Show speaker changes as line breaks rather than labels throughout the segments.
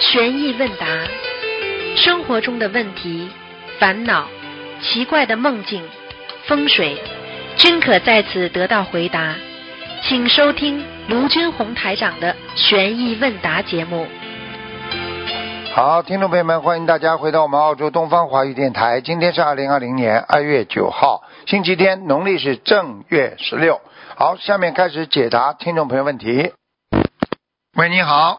玄易问答，生活中的问题、烦恼、奇怪的梦境、风水，均可在此得到回答。请收听卢军红台长的玄易问答节目。
好，听众朋友们，欢迎大家回到我们澳洲东方华语电台。今天是二零二零年二月九号，星期天，农历是正月十六。好，下面开始解答听众朋友问题。喂，你好。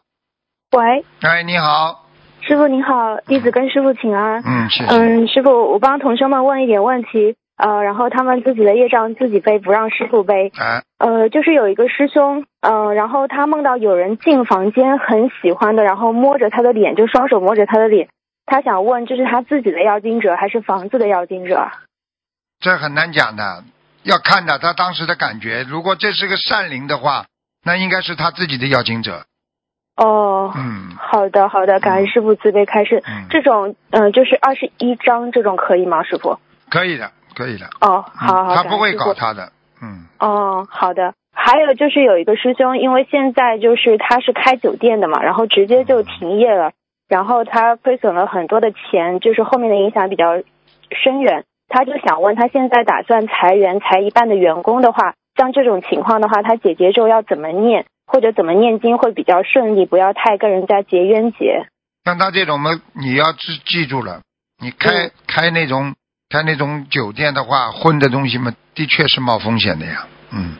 喂，
哎，你好。
师傅您好，弟子跟师傅请安。
嗯，是。
嗯，师傅，我帮同学们问一点问题，呃，然后他们自己的业障自己背，不让师傅背。
哎，
呃，就是有一个师兄，嗯、然后他梦到有人进房间，很喜欢的，然后摸着他的脸，就双手摸着他的脸。他想问，这是他自己的要经者，还是房子的要经者？
这很难讲的，要看的他当时的感觉。如果这是个善灵的话，那应该是他自己的邀请者。
哦，
嗯，
好的，好的，感恩师傅慈悲开示。
嗯
这种，嗯、就是二十一章这种可以吗，师傅？
可以的，可以的。
哦，好好，
嗯他
感
不
恩
会
师
搞
傅
他的。嗯，
哦，好的。还有就是有一个师兄，因为现在就是他是开酒店的嘛，然后直接就停业了，然后他亏损了很多的钱，就是后面的影响比较深远。他就想问，他现在打算裁员，裁一半的员工的话，像这种情况的话，他解结咒要怎么念，或者怎么念经会比较顺利，不要太跟人家结冤结。
像他这种嘛，你要记记住了，你开、
嗯
开那种开那种酒店的话，混的东西嘛，的确是冒风险的呀。嗯，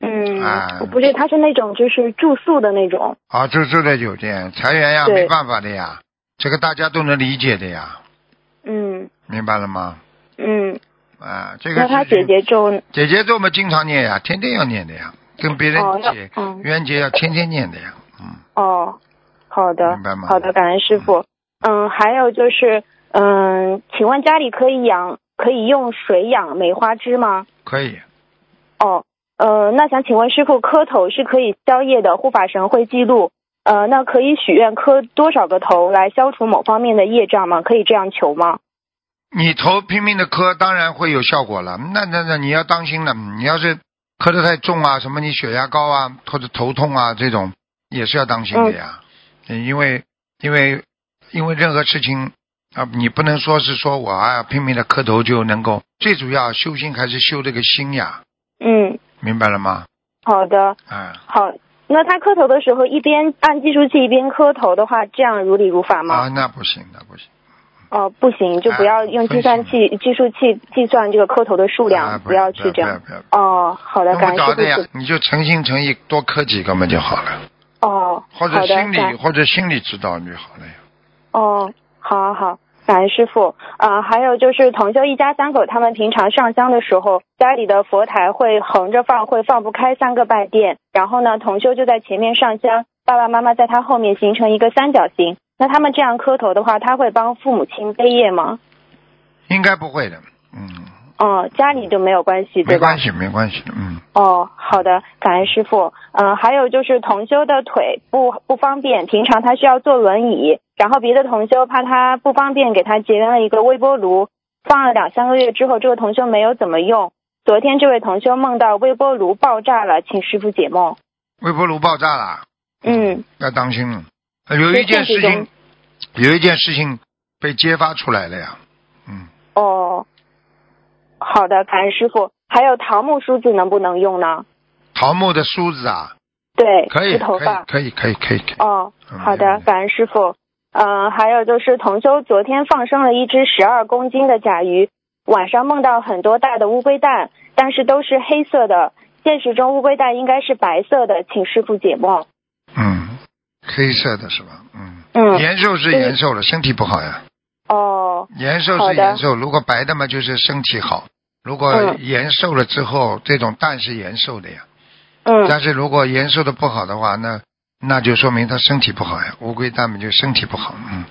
嗯，
啊
我不是，他是那种就是住宿的那种。
啊，就住在酒店，裁员呀，
对
没办法的呀，这个大家都能理解的呀，
嗯
明白了吗？
嗯，
啊，这个
那他
事情
解结咒
姐姐咒嘛，经常念呀，天天要念的呀，跟别人
哦要
解、
嗯
冤结要天天念的呀。嗯，
哦，好的
明白吗，
好的，感恩师傅。嗯，还有就是，嗯，请问家里可以养，可以用水养梅花枝吗？
可以。
哦，呃，那想请问师傅，磕头是可以消业的，护法神会记录。呃，那可以许愿磕多少个头来消除某方面的业障吗？可以这样求吗？
你头拼命的磕，当然会有效果了。那那那你要当心了，你要是磕的太重啊，什么你血压高啊，或者头痛啊这种，也是要当心的呀。
哦
嗯因为因为因为任何事情啊，你不能说是说我啊拼命的磕头就能够，最主要修心还是修这个心呀，
嗯，
明白了吗？
好的，
啊、
好。那他磕头的时候，一边按计数器一边磕头的话，这样如理如法吗？
啊，那不行，那不行。
哦，不行，
哎
就不要用计算器、计数器计算这个磕头的数量，
啊
不要去这
不要
样。
不要不要
哦，好的，
用
感
不
恩
着
师
的呀
傅。，
你就诚心诚意多磕几个嘛就好了，
哦，
或
好
者
的，
心里
感
或者心里知道就好了呀。
哦，好好好，感恩师傅。啊、还有就是同修一家三口，他们平常上香的时候，家里的佛台会横着放，会放不开三个拜垫。然后呢，同修就在前面上香，爸爸妈妈在他后面形成一个三角形。那他们这样磕头的话，他会帮父母亲背业吗？
应该不会的，嗯，
哦，家里就没有关系，
没
对吧
关？系，没关系，嗯，
哦，好的，感恩师傅。嗯、还有就是同修的腿不不方便，平常他需要坐轮椅，然后别的同修怕他不方便，给他结缘了一个微波炉，放了两三个月之后，这个同修没有怎么用。昨天这位同修梦到微波炉爆炸了，请师傅解梦。
微波炉爆炸了，
嗯，
要当心了。呃有一件事
在现
情，有一件事情被揭发出来了呀，嗯，
哦，好的，感恩师傅。还有桃木梳子能不能用呢？
桃木的梳子啊，
对，
可以，
梳头
可
发
以，。可以，可以，可以，可以。
哦，
嗯
好
没
的，
问题
感恩师傅。嗯、还有就是同修昨天放生了一只十二公斤的甲鱼，晚上梦到很多大的乌龟蛋，但是都是黑色的。现实中乌龟蛋应该是白色的，请师傅解梦。
嗯，黑色的是吧？嗯，
嗯，
延寿是
对
延寿了，身体不好呀。
哦，
延寿
好
是
的
延寿，如果白的嘛就是身体好，如果
嗯
延寿了之后，这种蛋是延寿的呀。
嗯，
但是如果延寿的不好的话，那那就说明他身体不好呀。乌龟蛋嘛就身体不好，嗯，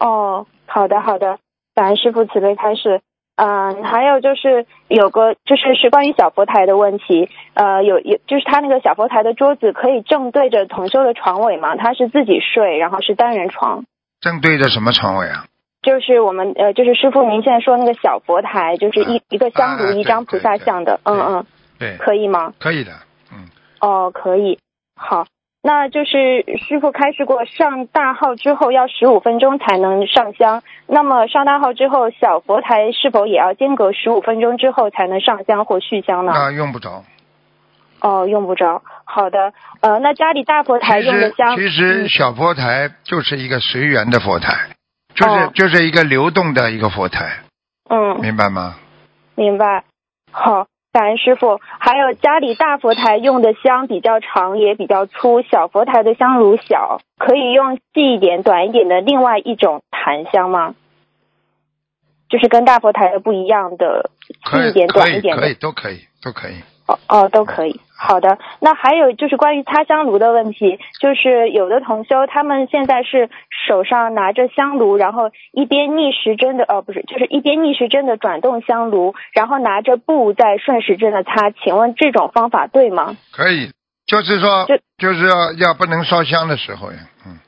哦，好的，好的，感恩师傅慈悲开示。嗯，还有就是有个就是是关于小佛台的问题，呃，有有就是他那个小佛台的桌子可以正对着同修的床尾吗？他是自己睡，然后是单人床。
正对着什么床位啊？
就是我们呃，就是师傅您现在说那个小佛台，就是一、一个
啊
香炉、
对
一张菩萨像的，
对
嗯嗯，
对，
可以吗？
可以的，嗯，
哦，可以，好。那就是师傅开示过，上大号之后要十五分钟才能上香。那么上大号之后，小佛台是否也要间隔十五分钟之后才能上香或续香呢？
那用不着。
哦，用不着。好的，呃，那家里大佛台
其
用的
实
香，
其实
嗯
小佛台就是一个随缘的佛台，就是、
哦
就是一个流动的一个佛台，
嗯，
明白吗？
明白。好，感恩师傅。还有家里大佛台用的香比较长，也比较粗；小佛台的香炉小，可以用细一点、短一点的另外一种檀香吗？就是跟大佛台的不一样的，
可
细
以
一点、
可
短一
以
点
可
的
以。都可以都可以。
哦哦，都可以。好的，那还有就是关于擦香炉的问题，就是有的同修他们现在是手上拿着香炉，然后一边逆时针的，呃，不是，就是一边逆时针的转动香炉，然后拿着布在顺时针的擦，请问这种方法对吗？
可以，就是说
这，
就是要要不能烧香的时候呀，嗯，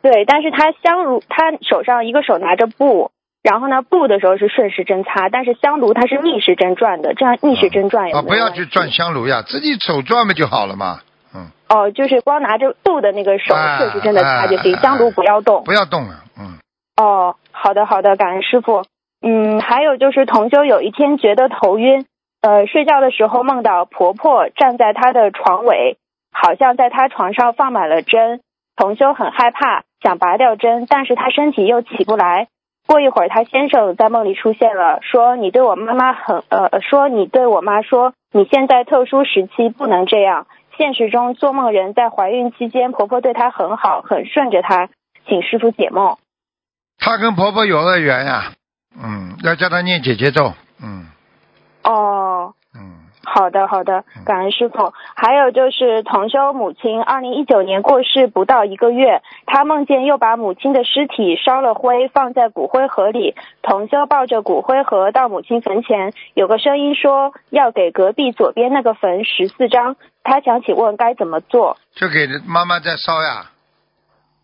对，但是他香炉，他手上一个手拿着布。然后呢，布的时候是顺时针擦，但是香炉它是逆时针转的，这样逆时针转也没
啊，
有
不要
问
去
题
转香炉呀，自己手转嘛就好了嘛，嗯，
哦，就是光拿着布的那个手
哎
顺时针的擦就行，
哎哎
香炉不要动。
不要动了，嗯，
哦，好的好的，感恩师傅。嗯，还有就是同修有一天觉得头晕，呃，睡觉的时候梦到婆婆站在她的床尾，好像在她床上放满了针。同修很害怕，想拔掉针，但是她身体又起不来。过一会儿，她先生在梦里出现了，说：“你对我妈妈很……呃，说你对我妈说，你现在特殊时期不能这样。”现实中，做梦人在怀孕期间，婆婆对她很好，很顺着她，请师傅解梦。
她跟婆婆有恶缘呀，嗯，要叫她念姐姐咒，嗯
哦，
嗯，
好的好的
嗯，
感恩师傅。还有就是同修母亲，二零一九年过世不到一个月，他梦见又把母亲的尸体烧了灰，放在骨灰盒里。同修抱着骨灰盒到母亲坟前，有个声音说要给隔壁左边那个坟十四张，他想请问该怎么做？
就给妈妈在烧呀，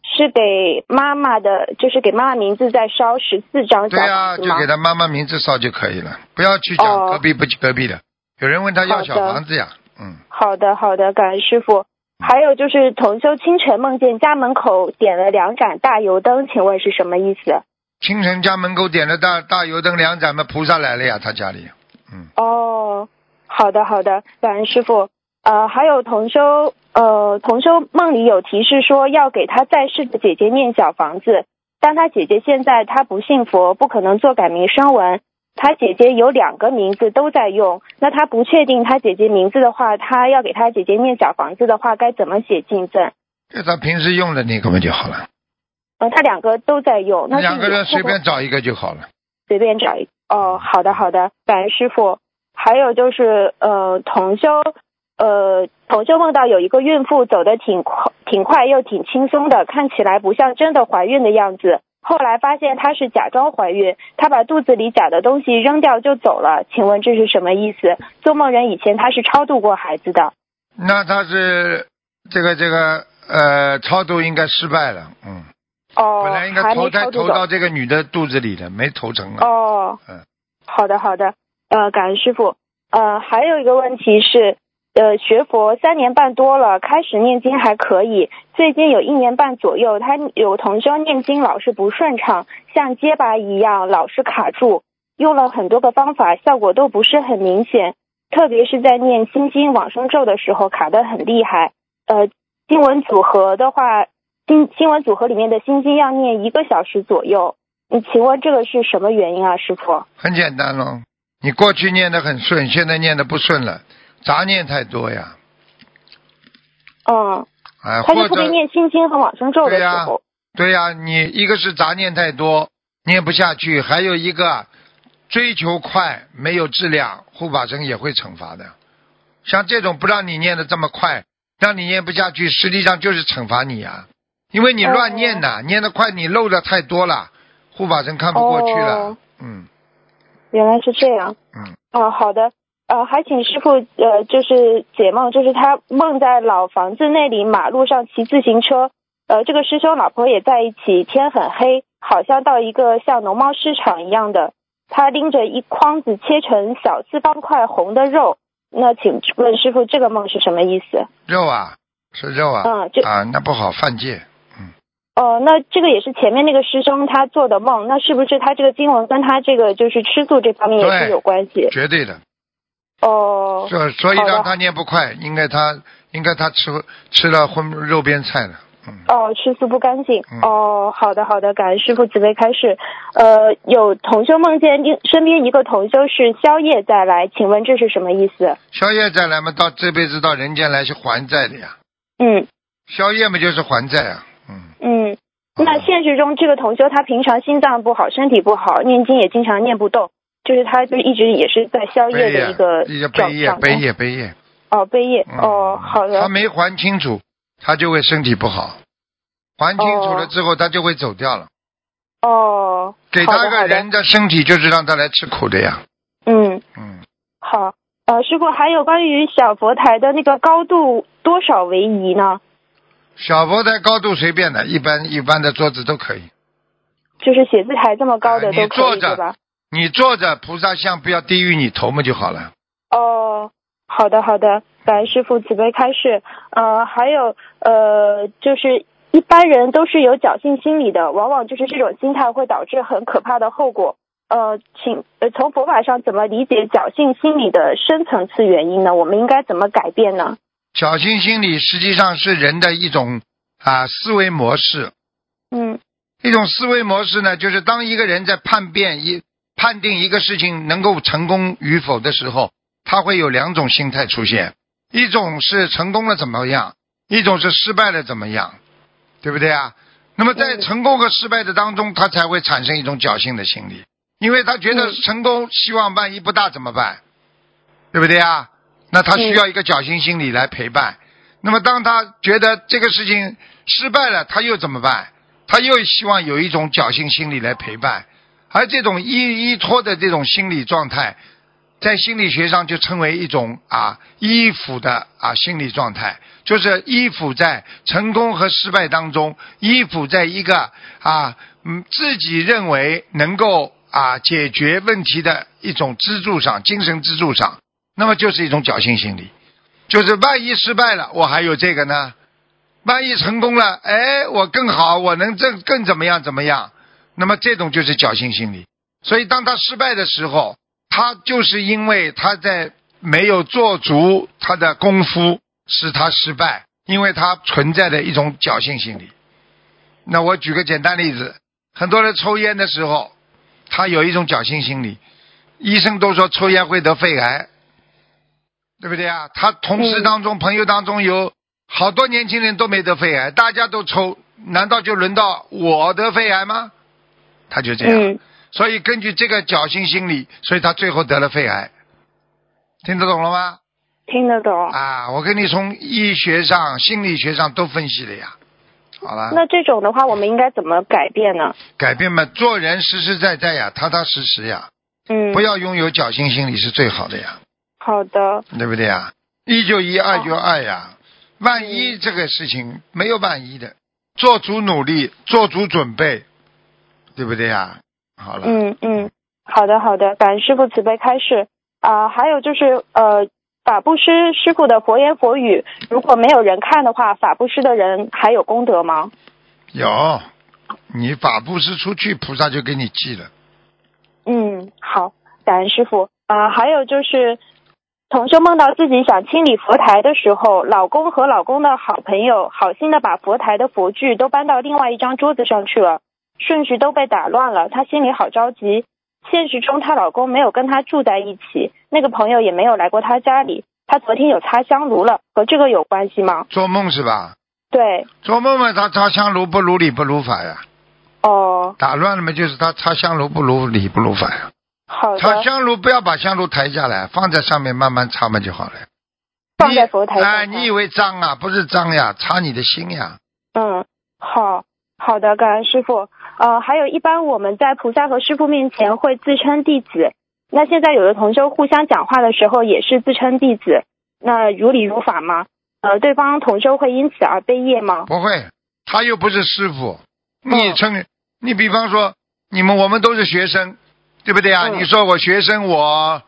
是给妈妈的，就是给妈妈名字再烧十四张小
对呀，
房子
就
吗
给？她妈妈名字烧就可以了，不要去讲
哦
隔壁不隔壁的，有人问她要
好
小
的
房子呀，嗯，
好的，好的，感恩师傅。还有就是同修清晨梦见家门口点了两盏大油灯，请问是什么意思？
清晨家门口点了大大油灯两盏嘛，菩萨来了呀，她家里，嗯，
哦，好的，好的，感恩师傅。呃，还有同修，呃，同修梦里有提示说要给他在世的姐姐念小房子，但他姐姐现在她不信佛，不可能做改名声纹。他姐姐有两个名字都在用，那他不确定他姐姐名字的话，他要给他姐姐念小房子的话，该怎么写进赠？
就她平时用的那个嘛就好了。
呃，他两个都在用，那是
两个人随
有空
便找一个就好了。
随便找一个。哦，好的好的，感恩师傅。还有就是呃，同修呃，同修梦到有一个孕妇走得挺快，挺快又挺轻松的，看起来不像真的怀孕的样子。后来发现她是假装怀孕，她把肚子里假的东西扔掉就走了。请问这是什么意思？做梦人以前他是超度过孩子的。
那他是这个这个呃超度应该失败了，嗯，
哦，
本来应该
还
投
没
胎
超度
投
走。
到这个女的肚子里的，没投成啊。
哦，
嗯
好的好的，呃，感恩师傅。呃，还有一个问题是，呃，学佛三年半多了，开始念经还可以，最近有一年半左右，他有同修念经老是不顺畅，像结巴一样，老是卡住，用了很多个方法，效果都不是很明显，特别是在念心经往生咒的时候，卡得很厉害。呃，经文组合的话，经经文组合里面的心经要念一个小时左右。嗯，请问这个是什么原因啊，师傅？
很简单喽，你过去念的很顺，现在念的不顺了，杂念太多呀，
嗯，
啊，
他就
或
特别
者
念心经和往生咒的时候。
对呀，你一个是杂念太多，念不下去，还有一个追求快，没有质量，护法神也会惩罚的。像这种不让你念的这么快，让你念不下去，实际上就是惩罚你呀、因为你乱念
哦
呐、念得快，你漏的太多了，护法神看不过去了。
哦
嗯
原来是这样。
嗯，
啊，好的。呃，还请师傅呃，就是解梦，就是他梦在老房子那里马路上骑自行车，呃，这个师兄老婆也在一起，天很黑，好像到一个像农贸市场一样的，他拎着一筐子切成小四方块红的肉。那请问师傅，这个梦是什么意思？
肉啊，是肉啊，
嗯就
啊，那不好，犯戒。
哦，那这个也是前面那个师兄他做的梦，那是不是他这个经文跟他这个就是吃素这方面也
对
是有关系？
绝对的，
哦，
这所以
好的
让他念不快，应该他应该他吃吃了荤肉边菜了，嗯，
哦，吃素不干净。
嗯
哦，好的好的，感恩师傅慈悲开示。呃，有同修梦见另身边一个同修是宵夜再来，请问这是什么意思？
宵夜再来嘛，到这辈子到人间来是还债的呀，
嗯
宵夜嘛就是还债啊，嗯，
嗯，那现实中这个同修他平常心脏不好，身体不好，念经也经常念不动，就是他就一直也是在宵夜
背
的
业
一个
一个
状
背业
状
背
况
业背业，
哦背业
嗯
哦好
他
的
没还清楚，他就会身体不好，还清楚了
哦
之后他就会走掉了，
哦
给
好
他
的
个
好的
人的身体就是让他来吃苦的呀，
嗯
嗯，
好呃师傅还有关于小佛台的那个高度多少为宜呢？
小佛台高度随便的，一般一般的桌子都可以。
就是写字台这么高的
啊你
都
坐
可以
着
对吧？
你坐着，菩萨像不要低于你头嘛就好了。
哦，好的好的，感恩师傅慈悲开示。呃，还有呃，就是一般人都是有侥幸心理的，往往就是这种心态会导致很可怕的后果。呃，请呃从佛法上怎么理解侥幸心理的深层次原因呢？我们应该怎么改变呢？
侥幸心理实际上是人的一种啊思维模式，
嗯
一种思维模式呢，就是当一个人在判变一判定一个事情能够成功与否的时候，他会有两种心态出现，一种是成功了怎么样，一种是失败了怎么样，对不对啊？那么在
嗯
成功和失败的当中，他才会产生一种侥幸的心理，因为他觉得
嗯
成功希望万一不大怎么办，对不对啊？那他需要一个侥幸心理来陪伴。那么当他觉得这个事情失败了，他又怎么办？他又希望有一种侥幸心理来陪伴，而这种依依托的这种心理状态，在心理学上就称为一种啊依附的啊心理状态，就是依附在成功和失败当中，依附在一个啊嗯自己认为能够啊解决问题的一种支柱上，精神支柱上，那么就是一种侥幸心理，就是万一失败了，我还有这个呢。万一成功了，哎，我更好，我能更更怎么样怎么样？那么这种就是侥幸心理。所以当他失败的时候，他就是因为他在没有做足他的功夫，使他失败，因为他存在的一种侥幸心理。那我举个简单例子，很多人抽烟的时候，他有一种侥幸心理，医生都说抽烟会得肺癌，对不对啊？他同事
嗯
当中、朋友当中有好多年轻人都没得肺癌，大家都抽，难道就轮到我得肺癌吗？他就这样。
嗯
所以根据这个侥幸心理，所以他最后得了肺癌。听得懂了吗？
听得懂。
啊，我跟你从医学上、心理学上都分析了呀。好了，
那这种的话，我们应该怎么改变呢？
改变嘛，做人实实在在呀，踏踏实实呀，
嗯，
不要拥有侥幸心理是最好的呀，
好的，
对不对呀？一就一，二
哦嗯
就二呀。万一这个事情没有万一的，做足努力，做足准备，对不对呀？好了，
嗯嗯，好的好的，感恩师傅慈悲开示。啊、还有就是呃，法布施师傅的佛言佛语，如果没有人看的话，法布施的人还有功德吗？
有你法布施出去，菩萨就给你记了。
嗯，好，感恩师傅。啊、还有就是，同修梦到自己想清理佛台的时候，老公和老公的好朋友好心的把佛台的佛具都搬到另外一张桌子上去了，顺序都被打乱了，她心里好着急。现实中，她老公没有跟她住在一起，那个朋友也没有来过她家里。她昨天有擦香炉了，和这个有关系吗？
做梦是吧？
对，
做梦嘛，他擦香炉不如理不如法呀，
哦，
打乱了嘛，就是他擦香炉不如理不如法呀。
好
擦
的，
香炉不要把香炉抬下来，放在上面慢慢擦嘛就好了。
放在佛台
你
上。
哎，你以为脏啊？不是脏呀，擦你的心呀。
嗯，好好的，感恩师傅。呃，还有一般我们在菩萨和师傅面前会自称弟子，那现在有的同修互相讲话的时候也是自称弟子，那如理如法吗？呃，对方同修会因此而被业吗？
不会，他又不是师傅，
嗯
你称、你比方说，你们我们都是学生，对不对啊？
嗯
你说我学生我，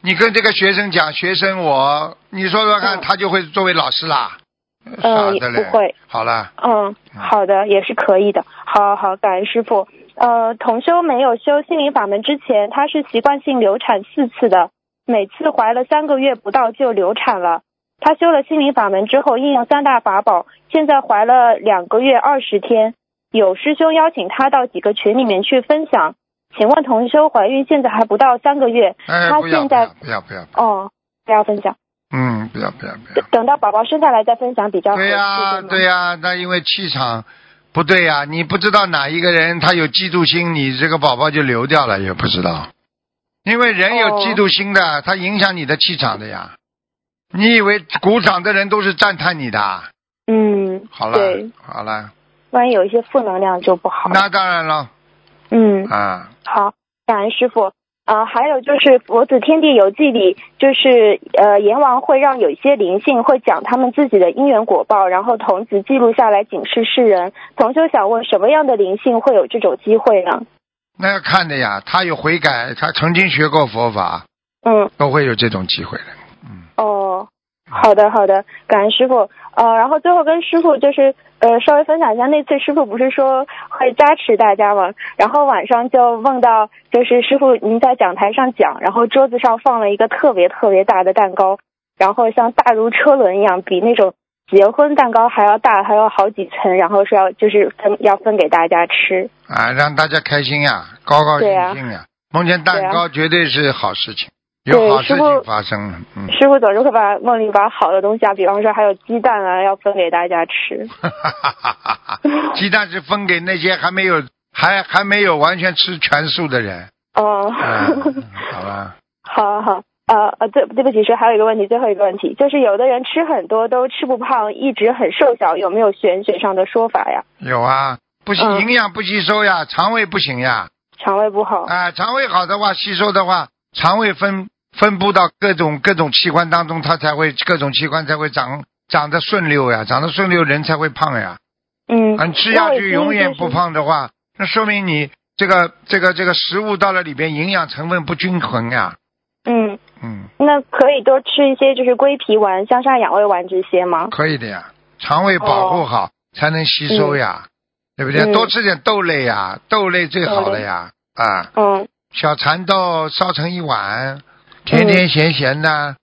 你跟这个学生讲学生我，你说说看，
嗯
他就会作为老师啦。傻
嗯，也
的嘞
不会。
好了，
嗯，好的，也是可以的。好好好，感恩师傅。呃，同修没有修心灵法门之前，她是习惯性流产四次的，每次怀了三个月不到就流产了。她修了心灵法门之后，应用三大法宝，现在怀了两个月二十天。有师兄邀请她到几个群里面去分享。请问同修怀孕现在还不到三个月，
哎，
他
不要
现
不要
在
不要不要，
哦，不要分享，
嗯，不要不要不
等
要。
等到宝宝生下来再分享比较合适。
对呀、
吗
对呀、那因为气场不对呀、你不知道哪一个人他有嫉妒心，你这个宝宝就流掉了，也不知道。因为人有
哦
嫉妒心的，他影响你的气场的呀。你以为鼓掌的人都是赞叹你的啊？
嗯，
好
对
了，好了，
万一有一些负能量就不好了。
那当然了
嗯，
啊。
好，感恩师傅。啊，还有就是《佛子天地游记》里，就是呃，阎王会让有一些灵性会讲他们自己的因缘果报，然后童子记录下来警示世人。同修想问，什么样的灵性会有这种机会呢？
那要看的呀，他有悔改，他曾经学过佛法，
嗯，
都会有这种机会的。
哦，好的好的，感恩师傅。呃，然后最后跟师傅就是呃稍微分享一下，那次师傅不是说会加持大家嘛，然后晚上就梦到就是师傅您在讲台上讲，然后桌子上放了一个特别特别大的蛋糕，然后像大如车轮一样，比那种结婚蛋糕还要大，还要好几层，然后是要就是分要分给大家吃。
啊，让大家开心呀、高高兴兴呀、梦见蛋糕绝对是好事情，有好事情发生了。嗯，
师傅总是会把梦里把好的东西啊，比方说还有鸡蛋啊，要分给大家吃。
哈哈哈哈哈！鸡蛋是分给那些还没有还还没有完全吃全素的人。
哦、
嗯，好了，
好好好，呃呃，对对不起，是还有一个问题，最后一个问题，就是有的人吃很多都吃不胖，一直很瘦小，有没有玄学上的说法呀？
有啊，不吸
嗯
营养不吸收呀，肠胃不行呀。
肠胃不好，
啊，肠胃好的话，吸收的话，肠胃分分布到各种各种器官当中，它才会各种器官才会长长得顺溜呀，长得顺溜人才会胖呀。
嗯，
啊，你吃下
那我
去
建议
永远
就是
不胖的话，那说明你这个这个这个食物到了里边营养成分不均衡呀。
嗯，
嗯，
那可以多吃一些就是归脾丸、香砂养胃丸这些吗？
可以的呀，肠胃保护好、才能吸收呀，对不对？
哦嗯
多吃点豆类呀，豆类最好了呀。啊，
嗯
小蚕豆烧成一碗，甜甜咸咸的，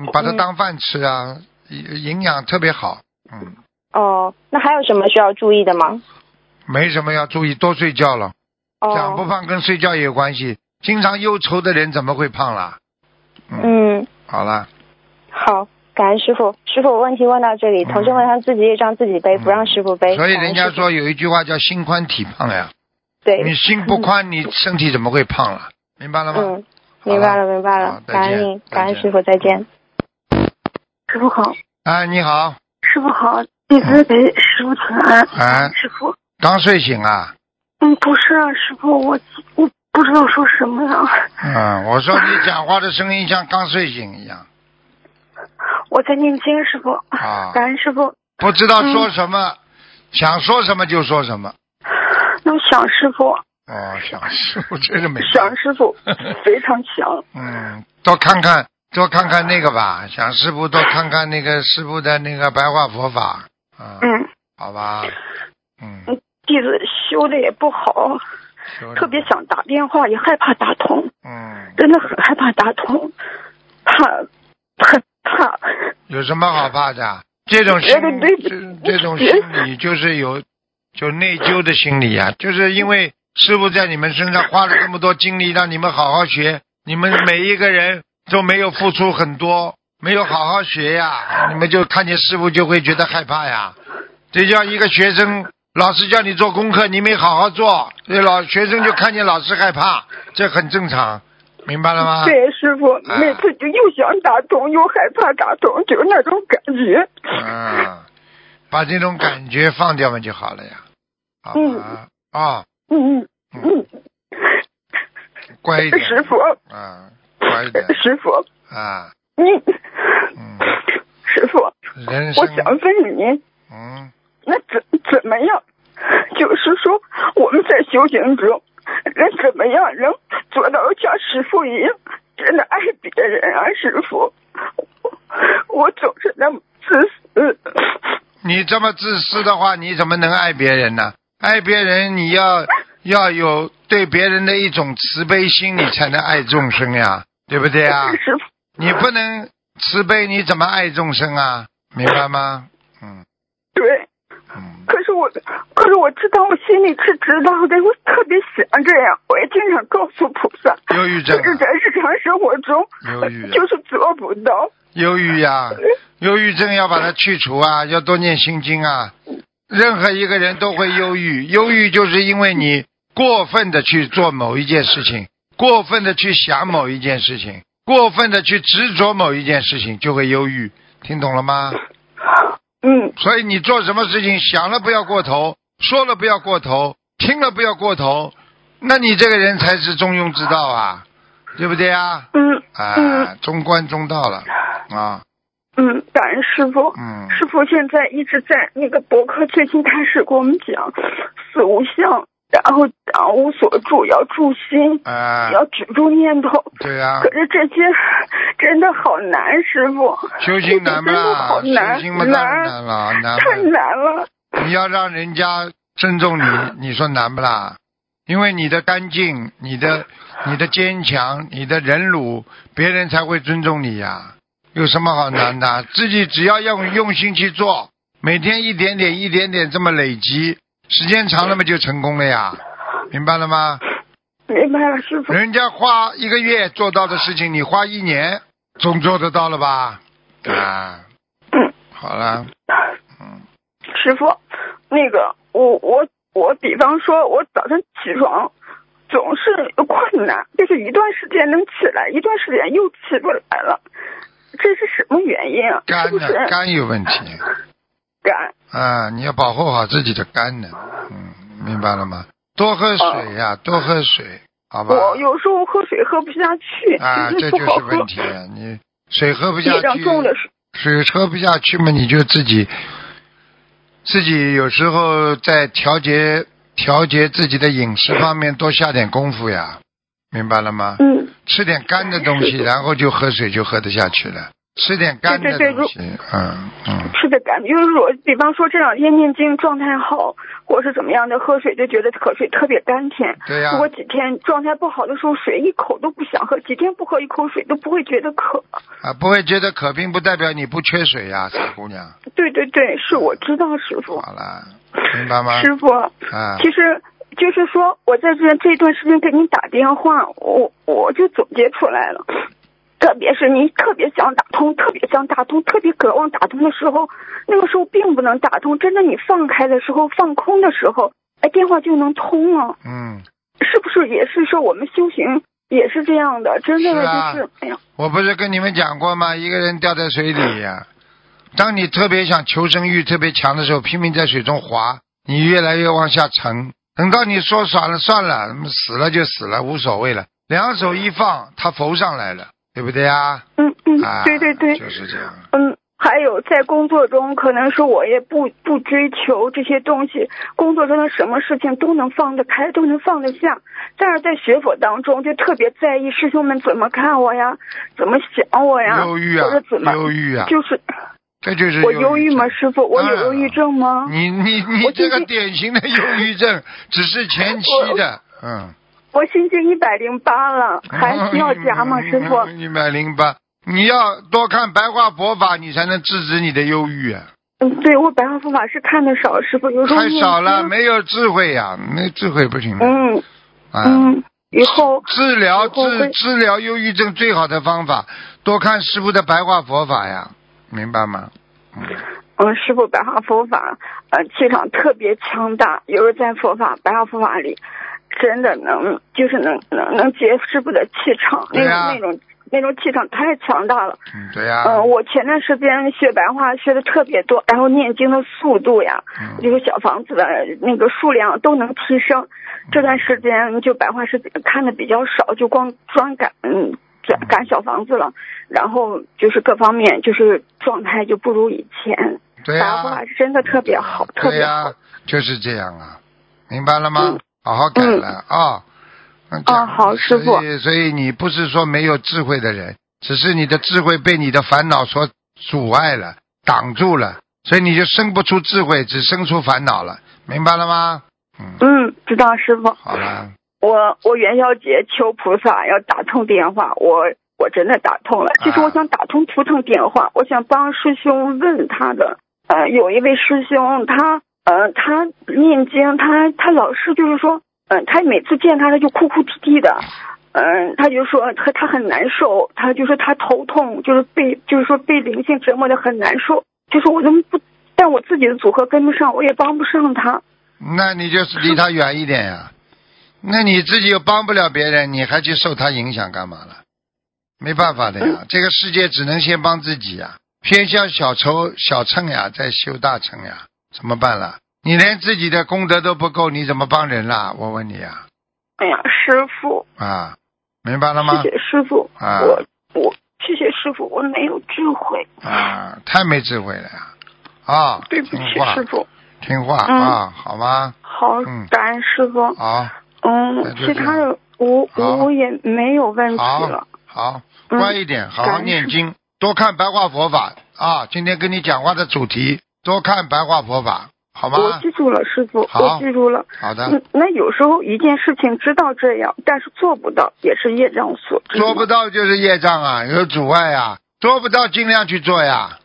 你把
嗯
它当饭吃啊，营营养特别好。嗯，
哦，那还有什么需要注意的吗？
没什么要注意，多睡觉了。长不
哦，
胖跟睡觉也有关系，经常忧愁的人怎么会胖啦？嗯，
嗯，
好了，
好，感恩师傅，师傅问题问到这里，
嗯
同学们他自己一张自己背，
嗯
不让师傅背，
所以人
感恩
家
师父
说有一句话叫心宽体胖呀，你
对，
心不宽，你身体怎么会胖了？明白了吗？
嗯，明白了明白
好
了，
再见
感恩您，感恩
再见嗯
师傅，再见。
师傅好，
哎，你好，
师傅好，弟
嗯
子给师傅请安。
哎
师傅，
刚睡醒啊？
嗯，不是啊，师傅，我我不知道说什么了。
嗯，我说你讲话的声音像刚睡醒一样
我在念经，师傅，
啊。
感恩师傅。
不知道说什么，想说什么就说什么。
那我想师傅，
哦，想是，我真是没，
想师傅 非常想。
嗯，多看看，多看看那个吧，想师傅多看看那个师傅的那个白话佛法啊，
嗯，
好吧，嗯，
弟子修的也不好，
修得
特别，想打电话，也害怕打通，
嗯，
真的很害怕打通，怕，很怕。
有什么好怕的？这种心
觉得对不
这，这种心理就是有就内疚的心理啊，就是因为师傅在你们身上花了这么多精力，让你们好好学，你们每一个人都没有付出很多，没有好好学呀，你们就看见师傅就会觉得害怕呀。这叫一个学生，老师叫你做功课，你没好好做，这老学生就看见老师害怕，这很正常，明白了吗？
对，师傅，
啊
每次就又想打通，又害怕打通，就是那种感觉。
嗯，把这种感觉放掉嘛就好了呀，好吧？啊、
嗯嗯
嗯，乖一点，
师傅，
啊，乖一点
师傅，
啊，
你，
嗯，
师傅，
人
我
生，
想问你，
嗯，
那怎怎么样？就是说，我们在修行中，人怎么样能做到像师傅一样，真的爱别人啊？师傅，我我总是那么自私。
你这么自私的话，你怎么能爱别人呢？爱别人，你要要有对别人的一种慈悲心，你才能爱众生呀，对不对啊？
师傅，
你不能慈悲，你怎么爱众生啊？明白吗？嗯
对，
嗯，
可是我，可是我知道，我心里是知道的，我特别想这样，我也经常告诉菩萨，
忧郁症、
可是在
啊，
日常生活中
忧郁啊，
就是做不到。
忧郁呀、忧郁症要把它去除啊，要多念心经啊。任何一个人都会忧郁，忧郁就是因为你过分的去做某一件事情，过分的去想某一件事情，过分的去执着某一件事情，就会忧郁。听懂了吗？
嗯，
所以你做什么事情想了不要过头，说了不要过头，听了不要过头，那你这个人才是中庸之道啊，对不对啊？
嗯
啊，中观中道了啊，
嗯，感恩师傅。
嗯，
师傅现在一直在那个博客，最近开始给我们讲四无相，然后讲无所住，要住心，
啊，
要止住念头。
对啊，
可是这些真的好难，师傅。
修行难不
真的好
啦？
难，
修行嘛，当然难了，难
太
不啦
难了。
你要让人家尊重 你，你说难不啦？因为你的干净，你的你的坚强，你的忍辱，别人才会尊重你呀、有什么好难的？自己只要用用心去做，每天一点点、一点点这么累积，时间长了嘛就成功了呀，明白了吗？
明白了，师傅。
人家花一个月做到的事情，你花一年总做得到了吧？啊，
嗯，
好了，嗯。
师傅，那个我我我，比方说，我早晨起床总是有困难，就是一段时间能起来，一段时间又起不来了，这是什么原因啊？是
肝
不是
呢，肝有问题
肝？
啊！你要保护好自己的肝呢，嗯，明白了吗？多喝水呀、多喝水，好吧？
哦我有时候喝水喝不下去，
啊，
就
这
是
就
不好
是
喝
问，题，你水喝不下
业障
去，
重的水。
水喝不下去嘛，你就自己自己有时候在调节调节自己的饮食方面多下点功夫呀，明白了吗？
嗯，
吃点干的东 西，然后就喝水就喝得下去了。吃点干的
对对对
东西，嗯嗯。
是的感觉，就是我，比方说这两天念经状态好，或者是怎么样的，喝水就觉得喝水特别甘甜。
对呀
如果几天状态不好的时候，水一口都不想喝，几天不喝一口水都不会觉得渴。
啊，不会觉得渴，并不代表你不缺水呀、傻姑娘。
对对对，是我知道师傅，
好了，明白吗？
师傅，
啊，
其实就是说我在这这段时间给您打电话，我我就总结出来了。特别是您特别想打通，特别想打通，特别渴望打通的时候，那个时候并不能打通。真的，你放开的时候，放空的时候，哎，电话就能通了、
嗯，
是不是？也是说我们修行也是这样的，真的就是
啊
是，哎呀，
我不是跟你们讲过吗？一个人掉在水里呀、当你特别想求生欲特别强的时候，拼命在水中滑，你越来越往下沉。等到你说算了算了，那么死了就死了，无所谓了，两手一放，它浮上来了，对不对啊？
嗯嗯
啊，，
对对对，
就是这样。
嗯，还有在工作中，可能是我也不不追求这些东西，工作中的什么事情都能放得开，都能放得下。但是在学佛当中，就特别在意师兄们怎么看我呀，怎么想我呀，
忧郁啊
或者怎么，
忧郁啊
就是
这就是
我忧郁吗？
症嗯
师傅，我
当
有
然
忧郁
了
症吗？
你你你
啊我
这
最
个
近
典型的忧郁 症，只是前期的，嗯。
我心经一百零八了，还需要加
嗯
吗？师傅，
一百零八，你要多看白话佛法，你才能制止你的忧郁啊！
嗯，对我白话佛法是看的少，师傅有时候
太
念
少了，
经
没有智慧呀、没智慧不行的。
嗯
啊，
嗯，以后
治疗
以后
治
会
治疗忧郁症最好的方法，多看师傅的白话佛法呀，明白吗？嗯，
嗯，师傅白话佛法，呃，气场特别强大。有时候在佛法白话佛法里，真的能就是能能能接师傅的气场，那
对
种、
啊
那种那种气场太强大了。
嗯对呀、
嗯、我前段时间学白话学的特别多，然后念经的速度呀，
嗯
这个小房子的那个数量都能提升。这段时间就白话是看的比较少，就光专赶嗯转赶小房子了，然后就是各方面就是状态就不如以前。
对呀、
白话是真的特别好，特
对
别
呀、
好。
就是这样啊，明白了吗？
嗯
好好改了啊。嗯
啊好师傅
所以，所以你不是说没有智慧的人，只是你的智慧被你的烦恼所阻碍了、挡住了。所以你就生不出智慧，只生出烦恼了，明白了吗？嗯，
嗯，知道师傅。
好了，
我我元宵节求菩萨要打通电话，我我真的打通了。其实
啊
我想打通图腾电话，我想帮师兄问他的。呃，有一位师兄，他呃他念经，他他老是就是说，嗯、他每次见他他就哭哭啼啼的。嗯、他就说他他很难受，他就说他头痛，就是被就是说被灵性折磨的很难受，就是我怎么不，但我自己的组合跟不上，我也帮不上他。
那你就是离他远一点 呀、那你自己又帮不了别人，你还去受他影响干嘛了？没办法的 呀，这个世界只能先帮自己呀、偏向小仇小秤呀，再修大秤呀，怎么办啦？你连自己的功德都不够，你怎么帮人啦？我问你呀、
哎呀，师傅，
啊，明白了吗
谢？谢师傅，
啊
我我谢谢师傅，我没有智慧，
啊，太没智慧了呀！啊，
对不
听
起
话
师，傅。
听话、
嗯
啊，好吗？
好
嗯，
感恩师傅。
好，那
嗯，
就
其他的我
好
我也没有问题
好
了。，
好，
嗯
乖一点，好好
感恩
念
师
经，多看白话佛法啊！今天跟你讲话的主题，多看白话佛法，好
嗯我
吗？
记住了，师傅，
好
我记住了。
好的，
嗯，那有时候一件事情知道这样，但是做不到，也是业障所致。
做不。到就是业障啊，有阻碍啊，做不到尽量去做呀，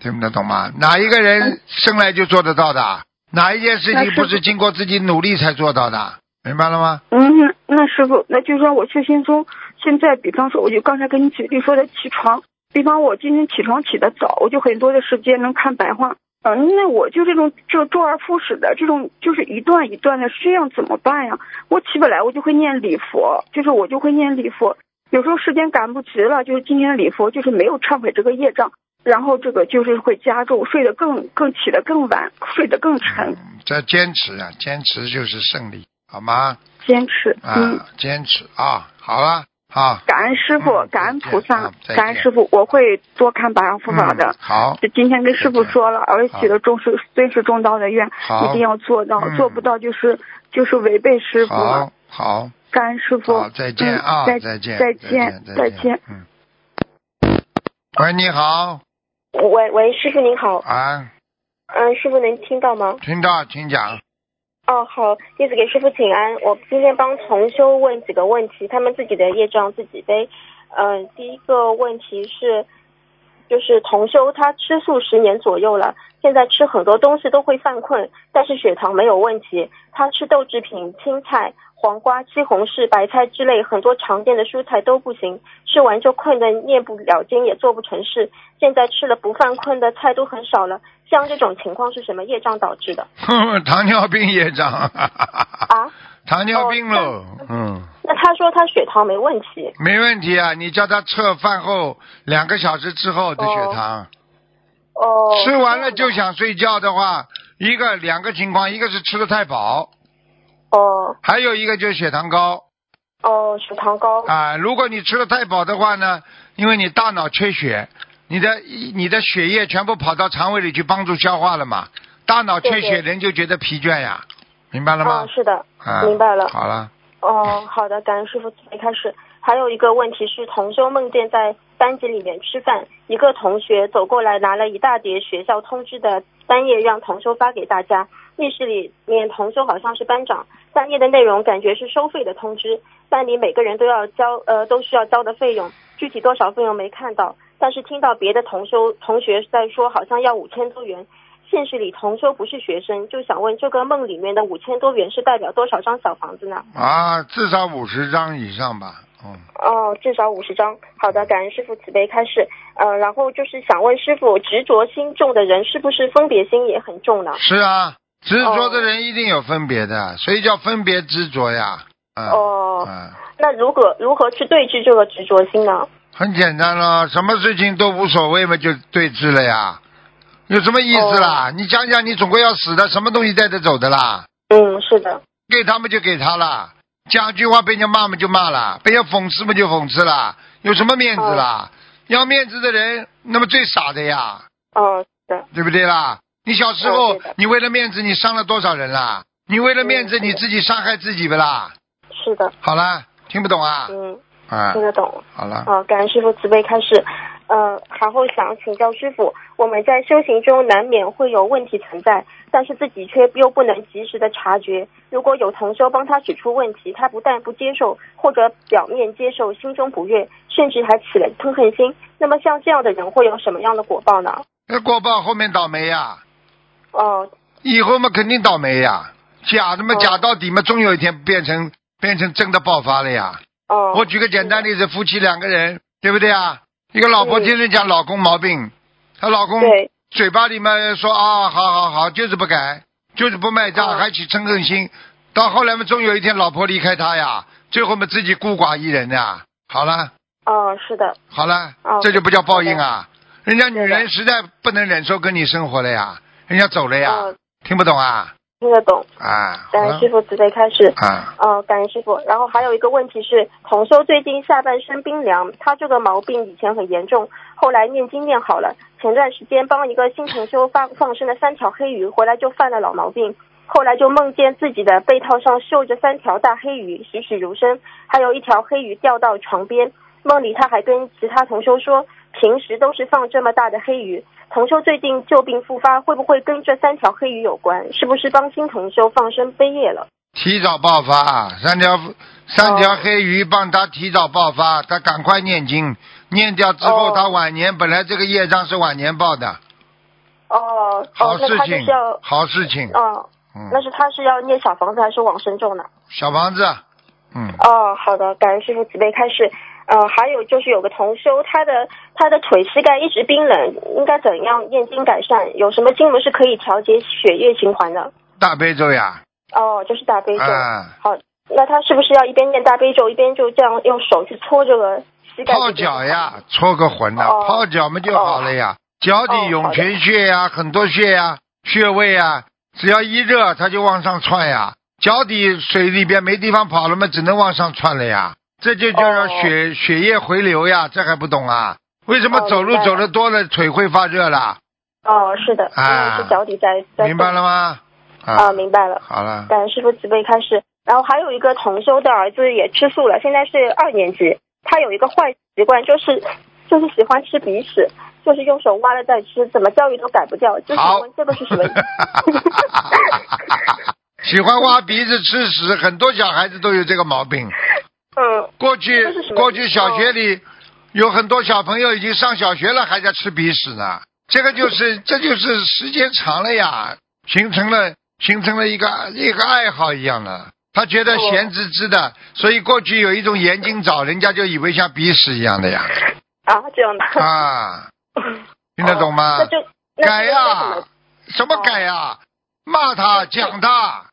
听不得懂吗？哪一个人生来就做得到的？哪一件事
嗯那
情不
师
是经过自己努力才做到的？明白了吗？
嗯，那师傅，那就让我修心中，现在比方说，我就刚才跟你举例说的起床，比方我今天起床起得早，我就很多的时间能看白话。嗯，那我就这种这周而复始的这种，就是一段一段的，这样怎么办呀？我起不来，我就会念礼佛，就是我就会念礼佛。有时候时间赶不及了，就是今天的礼佛，就是没有忏悔这个业障，然后这个就是会加重，睡得更更起得更晚，睡得更
嗯
沉，
这坚持啊，坚持就是胜利，好吗？
坚持。
啊，
嗯，
坚持啊，好了，好，
感恩师傅，
嗯
感恩菩萨，
再见啊再见
感恩师傅，我会多看白话佛法
嗯
的。
好，
就今天跟师傅说了，而且许了重视尊师重道的愿，
好
一定要做到，
嗯
做不到就是就是违背师傅嘛。
好，好，
感恩师
好，
傅，
再见
嗯
啊，
再
再见，
再
见
见，
再
再见。
嗯。喂，你好
喂喂，师傅您好，
啊，
嗯，师傅能听到吗？
听到，请讲。
哦，好，弟子给师傅请安。我今天帮同修问几个问题，他们自己的业障自己背。嗯、第一个问题是，就是同修他吃素十年左右了，现在吃很多东西都会犯困，但是血糖没有问题。他吃豆制品、青菜、黄瓜、西红柿、白菜之类很多常见的蔬菜都不行，吃完就困得念不了经，也做不成事。现在吃了不犯困的菜都很少了，像这种情况是什么业障导致的？
糖尿病业障，
啊？
糖尿病喽，
哦
嗯，
那他说他血糖没问题，
没问题啊。你叫他测饭后两个小时之后的血糖，
哦，
吃完了就
这样
想睡觉的话，一个两个情况，一个是吃的太饱，
的哦
还有一个就是血糖高。
哦，血糖高，
啊，如果你吃的太饱的话呢，因为你大脑缺血，你的你的血液全部跑到肠胃里去帮助消化了嘛，大脑缺血
对对
人就觉得疲倦呀，明白了
啊，
吗？
是的，
啊，
明白了。
好了，
哦，好的，感恩师傅准备开始。还有一个问题是，同修梦见在班级里面吃饭，一个同学走过来拿了一大叠学校通知的单页，让同修发给大家。意识里面，同修好像是班长，单页的内容感觉是收费的通知，班里每个人都要交呃都需要交的费用，具体多少费用没看到，但是听到别的同修同学在说好像要五千多元。现实里，同修不是学生，就想问这个梦里面的五千多元是代表多少张小房子呢？
啊，至少五十张以上吧，嗯，
哦，至少五十张。好的，感恩师傅慈悲开示。嗯、然后就是想问师傅，执着心重的人是不是分别心也很重呢？
是啊，执着的人一定有分别的，所以叫分别执着呀，啊，
哦
啊，
那如果如何去对治这个执着心呢？
很简单了，什么事情都无所谓嘛，就对峙了呀。有什么意思
哦
啦？你想想，你总归要死的，什么东西带得走的啦？
嗯，是的，
给他们就给他了，讲句话被人家骂嘛就骂了，被人家讽刺嘛就讽刺了，有什么面子啦？要面子的人，那么最傻的呀，
哦，是的，
对不对啦？你小时候、
哦对的
你为了面子你伤了多少人啦？你为了面子
嗯
你自己伤害自己不啦？
是的，
好啦，听不懂啊？
嗯，
啊
听，得懂。
好了，
哦好，感恩师傅慈悲开示。呃，还会想请教师傅，我们在修行中难免会有问题存在，但是自己却又不能及时的察觉。如果有同修帮他指出问题，他不但不接受，或者表面接受，心中不悦，甚至还起了嗔恨心。那么像这样的人会有什么样的果报呢？
那果报后面倒霉呀、
哦、
以后嘛肯定倒霉呀、假的嘛
哦
假到底嘛，终有一天变成变成真的爆发了呀。
哦，
我举个简单例子，夫妻两个人，对不对啊？一个老婆
嗯
天天讲老公毛病，她老公
对，
嘴巴里面说啊，好好好，就是不改，就是不卖账，
哦
还起嗔恨心。到后来嘛，终有一天老婆离开他呀，最后嘛自己孤寡一人呀。好了，
哦，是的，
好了，
哦
这就不叫报应啊！人家女
对
人
的
实在不能忍受跟你生活了呀，人家走了呀，
哦，
听不懂啊？
听得懂。
啊，好
感恩
了
师傅慈悲开示。
啊，
哦，感恩师傅。然后还有一个问题是，同修最近下半身冰凉，他这个毛病以前很严重，后来念经念好了。前段时间帮一个新同修放放生了三条黑鱼，回来就犯了老毛病。后来就梦见自己的被套上绣着三条大黑鱼，栩栩如生，还有一条黑鱼掉到床边。梦里他还跟其他同修说，平时都是放这么大的黑鱼，同修最近旧病复发，会不会跟这三条黑鱼有关？是不是帮新同修放生悲业了？
提早爆发，三条三条
哦
黑鱼帮他提早爆发，他赶快念经，念掉之后，
哦
他晚年本来这个业障是晚年报的，
哦，
好
哦，那
事
他就
情
是要，，
好事情，
哦，那
嗯，
是他是要念小房子还是往生咒呢？
小房子，嗯，
哦，好的，感恩师傅慈悲开示。呃，还有就是有个同修，他的他的腿膝盖一直冰冷，应该怎样念经改善？有什么经文是可以调节血液循环的？
大悲咒呀，
哦，就是大悲咒。
啊，
好，那他是不是要一边念大悲咒，一边就这样用手去搓这个膝盖？
泡脚。呀，搓个魂呐，
哦
泡脚嘛就好了呀，脚底
哦
涌
好的
泉穴呀，很多穴呀，穴位呀，只要一热，它就往上窜呀，脚底水里边没地方跑了嘛，只能往上窜了呀，这就叫做
哦
血、血液回流呀，这还不懂啊？为什么
哦
走路
明白
走
了
的多了，腿会发热了？
哦，是的，
啊
因为是脚底在在。
明白了。吗？
啊，明白了。
好 了，
感恩师傅慈悲开示。然后还有一个同修的儿子也吃素了，现在是二年级。他有一个坏习惯，就是就是喜欢吃鼻屎，就是用手挖了再吃，怎么教育都改不掉。就
好
想问这个是什么意思？
喜欢挖鼻子吃屎，很多小孩子都有这个毛病。
嗯，
过去
这是什么
过去小学里、有很多小朋友已经上小学了，还在吃鼻屎呢。这个就是 这就是时间长了呀，形成了形成了一个一个爱好一样的。他觉得
哦
咸滋滋的，所以过去有一种盐津枣，人家就以为像鼻屎一样的呀。
啊，这样的。
啊，听得懂吗？
哦那就那
改啊
就应
呀、
该怎么？哦
什么改呀、骂他，讲他，啊，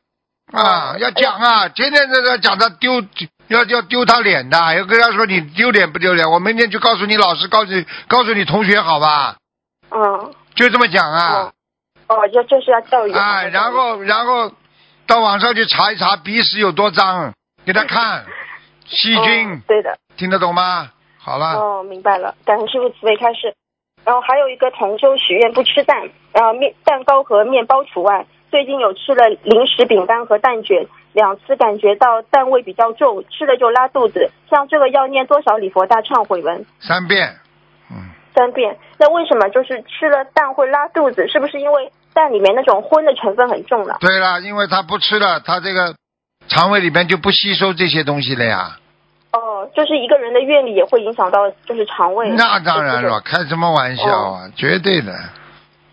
哦
要讲啊，天天在这讲他丢，要要丢他脸的，要跟他说你丢脸不丢脸？我明天就告诉你老师，告诉告诉你同学，好吧？
嗯，
就这么讲啊
哦，哦，就就是要教育。
啊，然后然后到网上去查一查鼻屎有多脏，给他看，
哦
细菌
嗯，对的。
听得懂吗？好了，
哦，明白了，感恩师傅慈悲开示。然后还有一个同修许愿不吃蛋，呃，面蛋糕和面包除外。最近有吃了零食饼干和蛋卷，两次感觉到蛋味比较重，吃了就拉肚子。像这个要念多少礼佛大忏悔文？
三遍，嗯。
三遍。那为什么就是吃了蛋会拉肚子？是不是因为蛋里面那种荤的成分很重呢？
对了，因为他不吃了，他这个肠胃里边就不吸收这些东西了呀。
哦，就是一个人的愿力也会影响到就是肠胃。
那当然
对
了，。开什么玩笑啊，绝对的。啊
对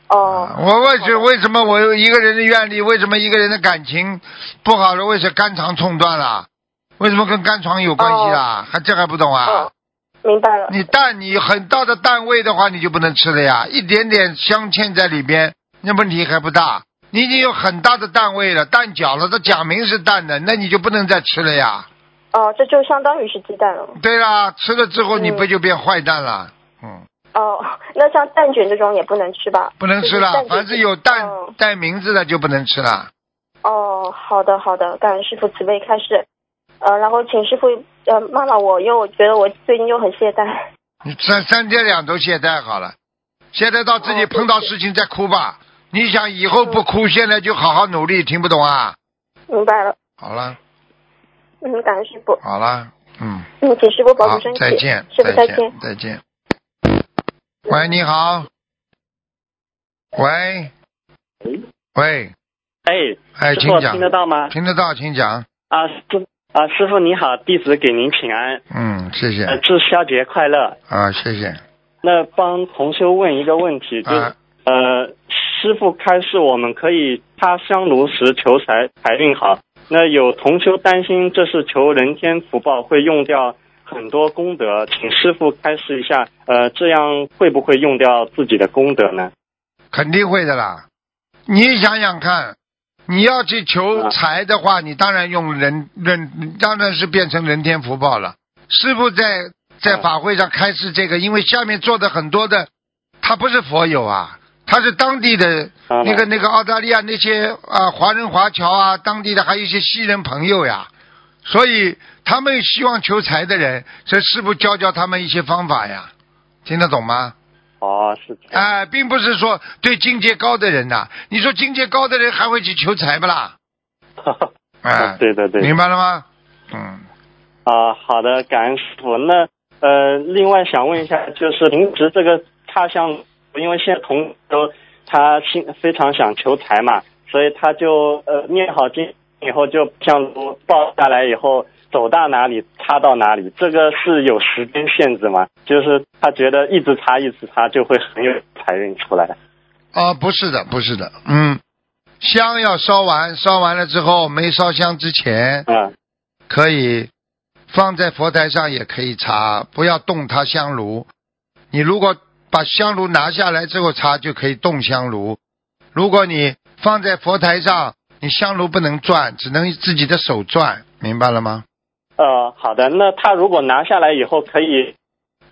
哦，
我为
好
什
的
为什么我有一个人的愿力，为什么一个人的感情不好了，为什么肝肠冲断了？为什么跟肝肠有关系啦？还这还不懂啊？
哦，明白了。
你蛋你很大的蛋味的话，你就不能吃了呀，一点点镶嵌在里边，那问题还不大。你已经有很大的蛋味了，蛋饺了，它讲明是蛋的，那你就不能再吃了呀。
哦，这就相当于是鸡蛋了。
对啦，吃了之后你
嗯
不就变坏蛋了？嗯，
哦， 那像蛋卷这种也不能吃吧？
不能吃
就是
了
蛋，
凡是有蛋
哦
带名字的就不能吃了。
哦，好的好的，感恩师傅慈悲开示。呃，然后请师傅，呃，骂骂我，因为我觉得我最近又很懈怠。
你三三天两头懈怠好了，懈怠到自己
哦
碰到事情再哭吧。你想以后不哭，现在就好好努力，听不懂啊？
明白了，
好了，
嗯，感恩师傅，
好了，嗯，
嗯，请师傅保
好
重身，体，
再见，
师傅再
见，再见。喂，你好。喂，喂，
哎，
哎，
师
请
傅
讲
听，得到吗？
听得到，请讲。
啊，师啊，师傅你好，弟子给您请安，
嗯，谢
呃，
谢
祝肖节快乐。
啊，谢谢
那帮同修问一个问题，就是、
啊，
呃，师傅开示我们可以插香炉时求财财运好。那有同修担心这是求人间福报，会用掉很多功德，请师傅开示一下，呃，这样会不会用掉自己的功德呢？
肯定会的啦。你想想看，你要去求财的话，你当然用人人，当然是变成人天福报了。师傅在在
嗯
法会上开示这个，因为下面坐的很多的，他不是佛友啊，他是当地的
啊
那个那个澳大利亚那些啊、华人华侨啊，当地的还有一些西人朋友呀，所以他们希望求财的人，这师傅教教他们一些方法呀，听得懂吗？
哦，是这样。
哎、并不是说对境界高的人呐、你说境界高的人还会去求财不啦？哎、
啊对的对的
明白了吗？嗯，
啊，好的，感恩师傅。那呃，另外想问一下，就是平时这个他像，因为现在同修他心非常想求财嘛，所以他就呃念好经以后就像报下来以后。走到哪里擦到哪里，这个是有时间限制吗？就是他觉得一直擦一直擦就会很有财运出来。
哦，不是的，不是的，嗯，香要烧完，烧完了之后没烧香之前
嗯，
可以放在佛台上，也可以擦，不要动它香炉。你如果把香炉拿下来之后擦，就可以动香炉。如果你放在佛台上，你香炉不能转，只能自己的手转，明白了吗？
呃，好的。那他如果拿下来以后，可以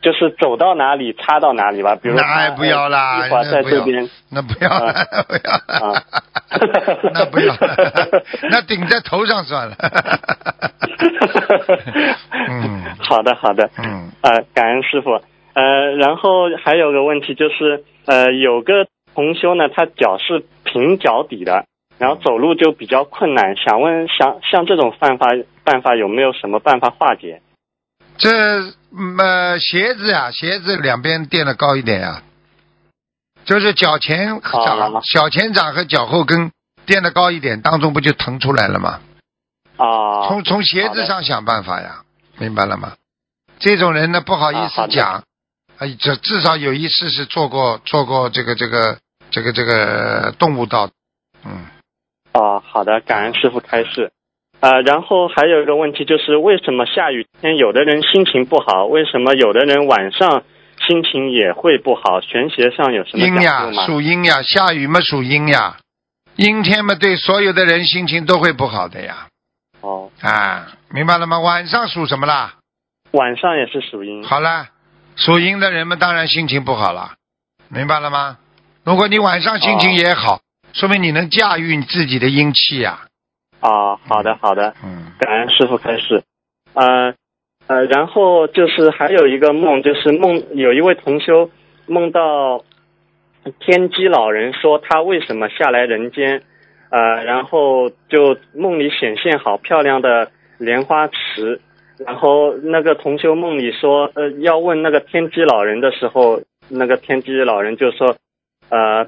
就是走到哪里擦到哪里吧，比如
那
他
哎不要啦
一会儿
那
在
不要
这边，
那不要了，不要了，
啊
那不 要了，那顶在头上算了。 嗯
好的，好的，
嗯，
呃，感恩师傅。呃，然后还有个问题就是，呃，有个同修呢，他脚是平脚底的，然后走路就比较困难，想问想像这种办法办法有没有什么办法化解？
这嗯呃鞋子呀、鞋子两边垫的高一点呀、就是脚前
好好
掌
好、
小前掌和脚后跟垫的高一点，当中不就腾出来了吗？
啊、
从从鞋
好
子
的
上想办法呀，明白了吗？这种人呢，不好意
啊好
思
的
讲，哎，这至少有一次是做过做过这个这个这个这个动物道，嗯，
哦，好的，感恩师傅开示。呃，然后还有一个问题就是，为什么下雨天有的人心情不好，为什么有的人晚上心情也会不好？玄学上有什么
阴呀
讲究，吗？
属阴呀，下雨嘛属阴呀，阴天嘛对所有的人心情都会不好的呀，
哦，
啊，明白了吗？晚上属什么啦？
晚上也是属阴。
好啦，属阴的人们当然心情不好了，明白了吗？如果你晚上心情
哦
也好，说明你能驾驭你自己的阴气呀、
啊、好的，好的，
嗯，
感恩师傅开示。呃呃，然后就是还有一个梦，就是梦有一位同修梦到天机老人说他为什么下来人间，呃，然后就梦里显现好漂亮的莲花池，然后那个同修梦里说，呃，要问那个天机老人的时候，那个天机老人就说，呃，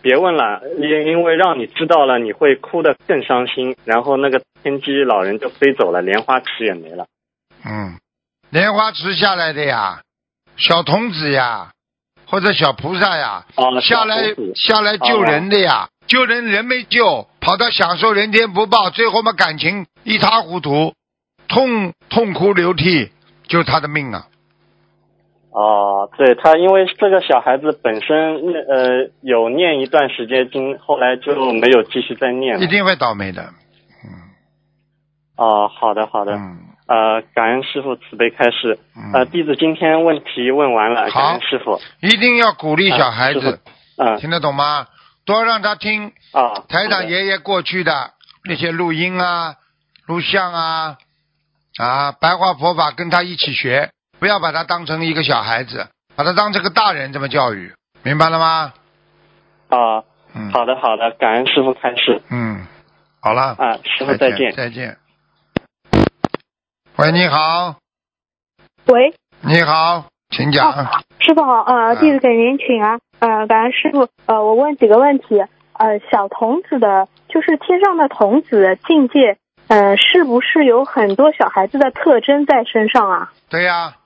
别问了，因因为让你知道了，你会哭得更伤心。然后那个天机老人就飞走了，莲花池也没了。
嗯，莲花池下来的呀，小童子呀，或者小菩萨呀，
哦，
下来
小公主
下来救人的
啊
呀，救人人没救，跑到享受人间不报，最后嘛感情一塌糊涂，痛痛哭流涕，就是他的命啊。
哦，对他，因为这个小孩子本身呃有念一段时间经，后来就没有继续再念
一
了。
定会倒霉的。
哦，好的好的，
嗯
呃，感恩师傅慈悲开示。呃，
嗯，
弟子今天问题问完了，
好
感恩师傅。
一定要鼓励小孩
啊师
子，
嗯
听得懂吗？多让他听
啊，
台
好
长
的
爷爷过去的那些录音啊、录像啊，啊，白话佛法跟他一起学，不要把他当成一个小孩子，把他当成个大人这么教育，明白了吗？
啊，
嗯，
好的好的，感恩师傅开示。
嗯，好了，
啊，师傅再见。
再见。喂，你好，
喂，
你好，请讲。
师傅好，
嗯
呃，弟子给您请啊，呃，感恩师傅，呃，我问几个问题，呃，小童子的，就是天上的童子的境界，呃，是不是有很多小孩子的特征在身上啊？
对呀、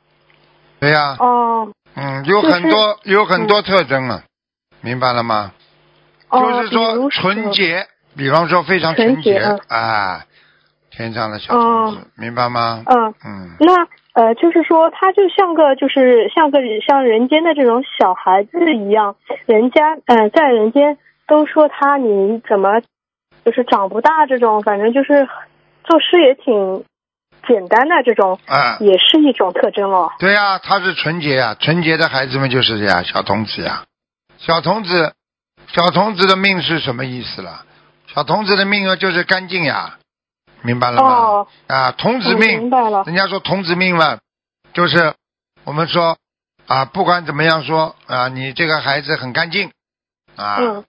对呀、
哦，
嗯，有
就是嗯
很多有很多特征啊，明白了吗？就
哦，
是
比
说
如
纯，洁，比方说非常
纯洁
洁
嗯哦
啊，天上的小虫子，明白吗？
嗯、
嗯，
那呃，就是说，他就像个就是像个像人间的这种小孩子一样，人家呃在人间都说他你怎么就是长不大这种，反正就是做事也挺简单的这种，
啊，
也是一种特征哦。
对呀、他是纯洁呀、纯洁的孩子们就是这样，小童子呀、小童子，小童子的命是什么意思了？小童子的命啊，就是干净呀、明白了吗？
哦，
啊，童子
我
命
明白了。
人家说童子命嘛，就是我们说啊，不管怎么样说啊，你这个孩子很干净啊，
嗯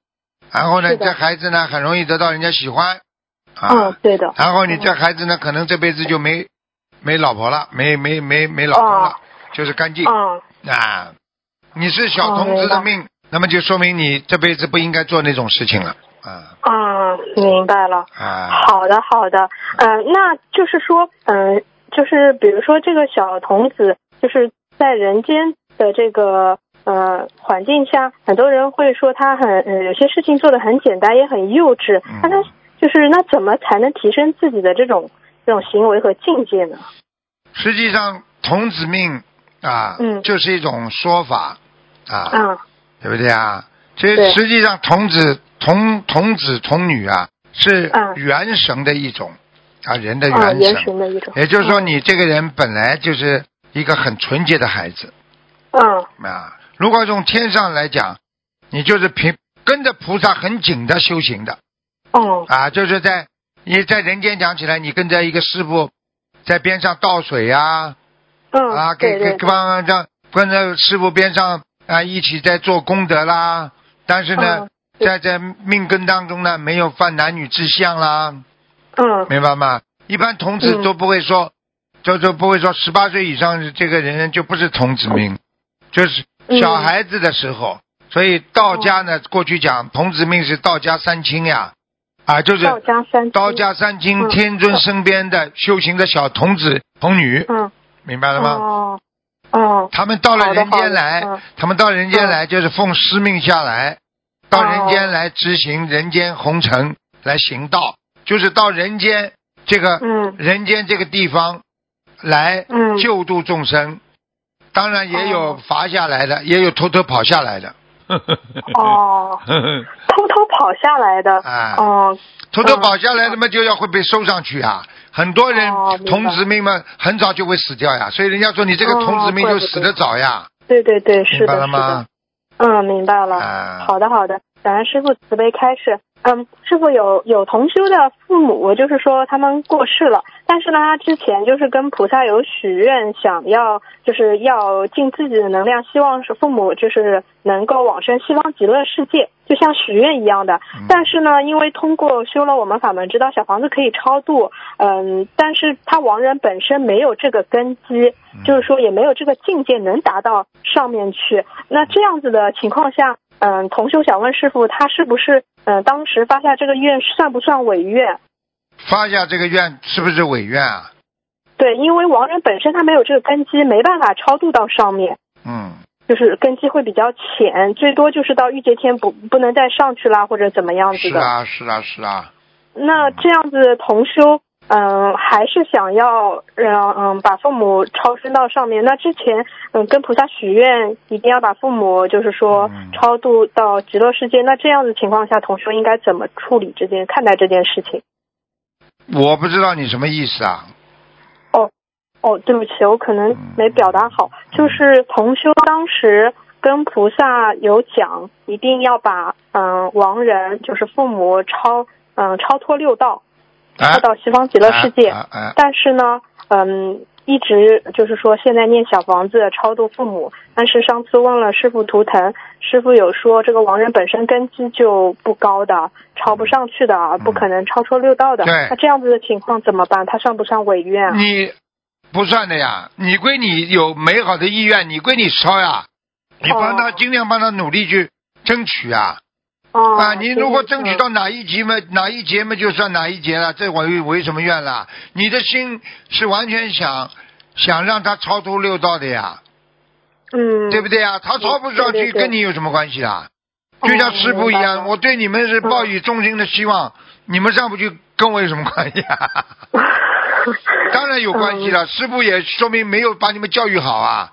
然后呢，
是的
这孩子呢很容易得到人家喜欢啊，
嗯，对的。
然后你这孩子呢，可能这辈子就没没老婆了，没没没没老公了，
哦哦
就是干净、
嗯，
啊。你是小童子的命，那么就说明你这辈子不应该做那种事情了啊
嗯，明白了。
啊！
好的，好的，嗯、那就是说，嗯、就是比如说这个小童子，就是在人间的这个呃环境下，很多人会说他很、呃、有些事情做的很简单，也很幼稚
嗯。
那他就是那怎么才能提升自己的这种这种行为和境界呢？
实际上童子命啊，
嗯
就是一种说法啊。
啊，
对不对啊？其实
对
实际上童子童童子童女啊，是
嗯
元神的一种啊，人的
啊，
元
原
神。
神嗯的一种。
也就是说，你这个人本来就是一个很纯洁的孩子
嗯
啊。如果从天上来讲，你就是凭跟着菩萨很紧的修行的
嗯
啊，就是在你在人间讲起来，你跟着一个师傅在边上倒水呀、
嗯
啊，
对
给
对
给
对，
帮让跟着师傅边上啊一起在做功德啦，但是呢
嗯，对
在在命根当中呢，没有犯男女之相啦，
嗯
明白吗？一般童子
嗯
都不会说，就就不会说十八岁以上这个人就不是童子命，就是小
嗯哦
孩子的时候。所以道家呢，过去讲童子命是道家三清呀，啊，就是
道家三
道
清
家三清
嗯
天尊身边的修行的小童子童女，
嗯
明白了吗？
哦哦
他们到了
好的
人间
好的
来
嗯，
他们到人间来就是奉师命下来，到人间来执行人间红尘来行道，就是到人间这个
嗯
人间这个地方来
嗯
救度众生。当然也有
哦
罚下来的，也有偷偷跑下来的。
哦，偷偷跑下来的。
啊，
哦，
偷偷跑下来，那么就要会被收上去啊。很多人
哦明白
童子命嘛，很早就会死掉呀，所以人家说你这个
哦
童子命
怪
就
不得
死得早呀，
对对对，是
明白
的，
了
是的
吗？。
嗯，明白了。
啊
好的，好的，感恩师傅慈悲开示。嗯，师傅有有同修的父母，就是说他们过世了，但是呢，他之前就是跟菩萨有许愿，想要就是要尽自己的能量，希望是父母就是能够往生西方极乐世界，就像许愿一样的。
嗯
但是呢，因为通过修了我们法门，知道小房子可以超度，嗯，但是他亡人本身没有这个根基，
嗯
就是说也没有这个境界能达到上面去。那这样子的情况下，嗯，同修想问师傅，他是不是嗯当时发下这个愿算不算违愿？
发下这个愿是不是违愿啊？
对，因为亡人本身他没有这个根基，没办法超度到上面，
嗯，
就是根基会比较浅，最多就是到玉界天不不能再上去啦，或者怎么样子
是
嗯的。
啊，是啊，是啊。
那这样子同修，嗯，还是想要让嗯把父母超生到上面。那之前嗯跟菩萨许愿，一定要把父母就是说
嗯
超度到极乐世界。那这样子情况下，同修应该怎么处理这件看待这件事情？
我不知道你什么意思啊？
哦，对不起，我可
嗯
能没表达好，就是同修当时跟菩萨有讲，一定要把嗯亡人就是父母超嗯超脱六道，
啊，
超到西方极乐世界。
啊啊啊
但是呢，嗯，一直就是说现在念小房子超度父母，但是上次问了师傅图腾，师傅有说这个亡人本身根基就不高的，超不上去的，不可能超出六道的。
嗯对
那这样子的情况怎么办？他算不算违愿啊？
你不算的呀，你归你有美好的意愿，你归你抄呀。你帮他尽量帮他努力去争取啊。
哦
啊，你如果争取
嗯
到哪一集嘛，哪一节嘛，就算哪一节了，这我为为什么怨了？你的心是完全想想让他超脱六道的呀，
嗯，
对不对呀？他超不上
对
去，
对对
跟你有什么关系啦？
哦
就像师傅一
明白了嗯
样，我对你们是抱以衷心的希望，你们上不去，跟我有什么关系啊？当然有关系了，
嗯
师傅也说明没有把你们教育好啊。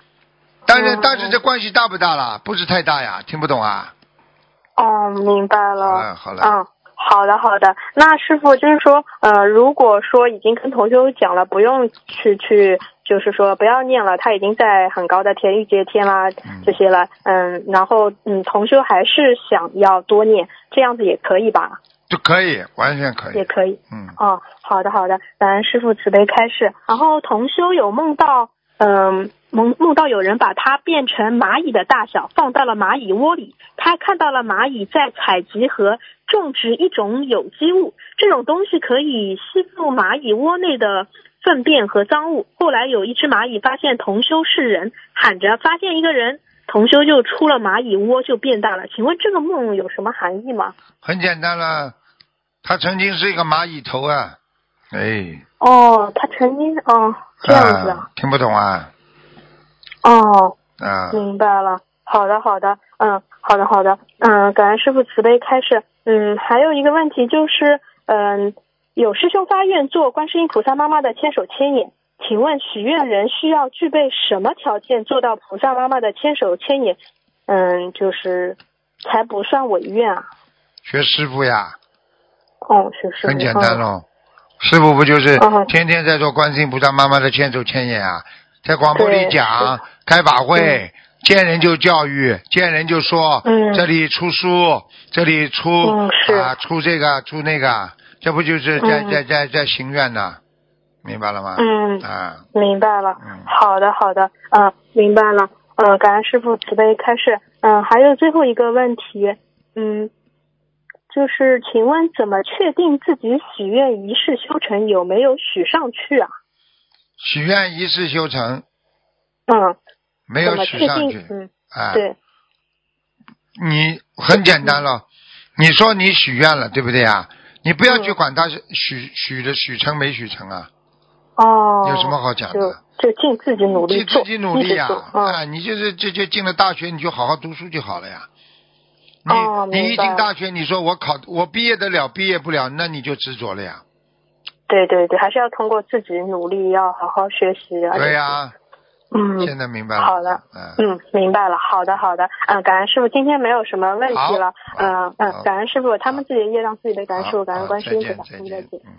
但是
嗯
但是这关系大不大啦？不是太大呀，听不懂啊？
哦，明白了。
好了好了
嗯，好的好的。那师傅就是说，呃，如果说已经跟同修讲了，不用去去，就是说不要念了，他已经在很高的天欲界天啦、这些了，嗯，然后嗯，同修还是想要多念，这样子也可以吧？
就可以，完全可
也
以。
可以。
嗯，
哦，好的好的，感恩师傅慈悲开示。然后同修有梦到，嗯、梦梦到有人把他变成蚂蚁的大小，放到了蚂蚁窝里。他看到了蚂蚁在采集和种植一种有机物，这种东西可以吸附蚂蚁窝内的粪便和脏物。后来有一只蚂蚁发现同修是人，喊着发现一个人。同修就出了蚂蚁窝，就变大了。请问这个梦有什么含义吗？
很简单了。他曾经是一个蚂蚁头啊，哎，
哦，他曾经哦这样子
啊，
啊，
听不懂啊
哦，
啊，
明白了，好的，好的，嗯，好的，好的，嗯，感恩师傅慈悲开示。嗯，还有一个问题就是，嗯，有师兄发愿做观世音菩萨妈妈的千手千眼，请问许愿人需要具备什么条件做到菩萨妈妈的千手千眼？嗯，就是才不算违愿啊。
学师傅呀，
哦，是是，
很简单喽。师傅不就是
嗯
天天在做观世音菩萨妈妈的千手千眼啊，在广播里
对
讲，开法会，见人就教育，见人就说，
嗯
这里出书，这里出
嗯是
啊，出这个出那个，这不就是在
嗯
在在在行愿呢？明白了吗？
嗯
啊，
明白了
嗯，
好的，好的，嗯、明白了，嗯、感恩师傅慈悲开示，嗯、还有最后一个问题，嗯，就是请问怎么确定自己许愿仪式修成有没有许上去啊？
许愿一世修成，
嗯，
没
怎
有
么
许
确
上
定
去？，
嗯，
啊，
对，
你很简单了，你说你许愿了，对不对啊？你不要去
嗯
管他是许许的许成没许成啊，
哦，
有什么好讲
就
的？
就尽自己努力
你
做，
自己努力呀、
一直
啊
做！嗯，
你就是这就进了大学，你就好好读书就好了呀。你、
哦
你一
明白
进大学，你说我考我毕业得了，毕业不了，那你就执着了呀。
对对对，还是要通过自己努力，要好好学习，而且
对呀、
嗯，
现在明白了。
好的
嗯，
嗯，明白了。好的，好的。嗯，感恩师傅，今天没有什么问题了。
好
嗯
好
嗯，感恩师傅，他们自己的业让自己背，感恩师
好，
傅，感
好
恩观世
再
音菩
见再
萨，嗯再
见
见。。
嗯。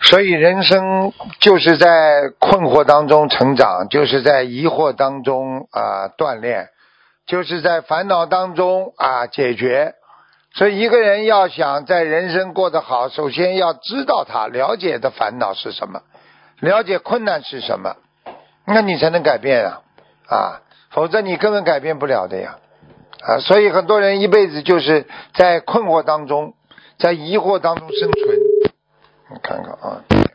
所以人生就是在困惑当中成长，就是在疑惑当中啊、锻炼，就是在烦恼当中啊、解决。所以一个人要想在人生过得好，首先要知道他了解的烦恼是什么，了解困难是什么，那你才能改变啊啊，否则你根本改变不了的呀啊。所以很多人一辈子就是在困惑当中，在疑惑当中生存。我看看啊，电话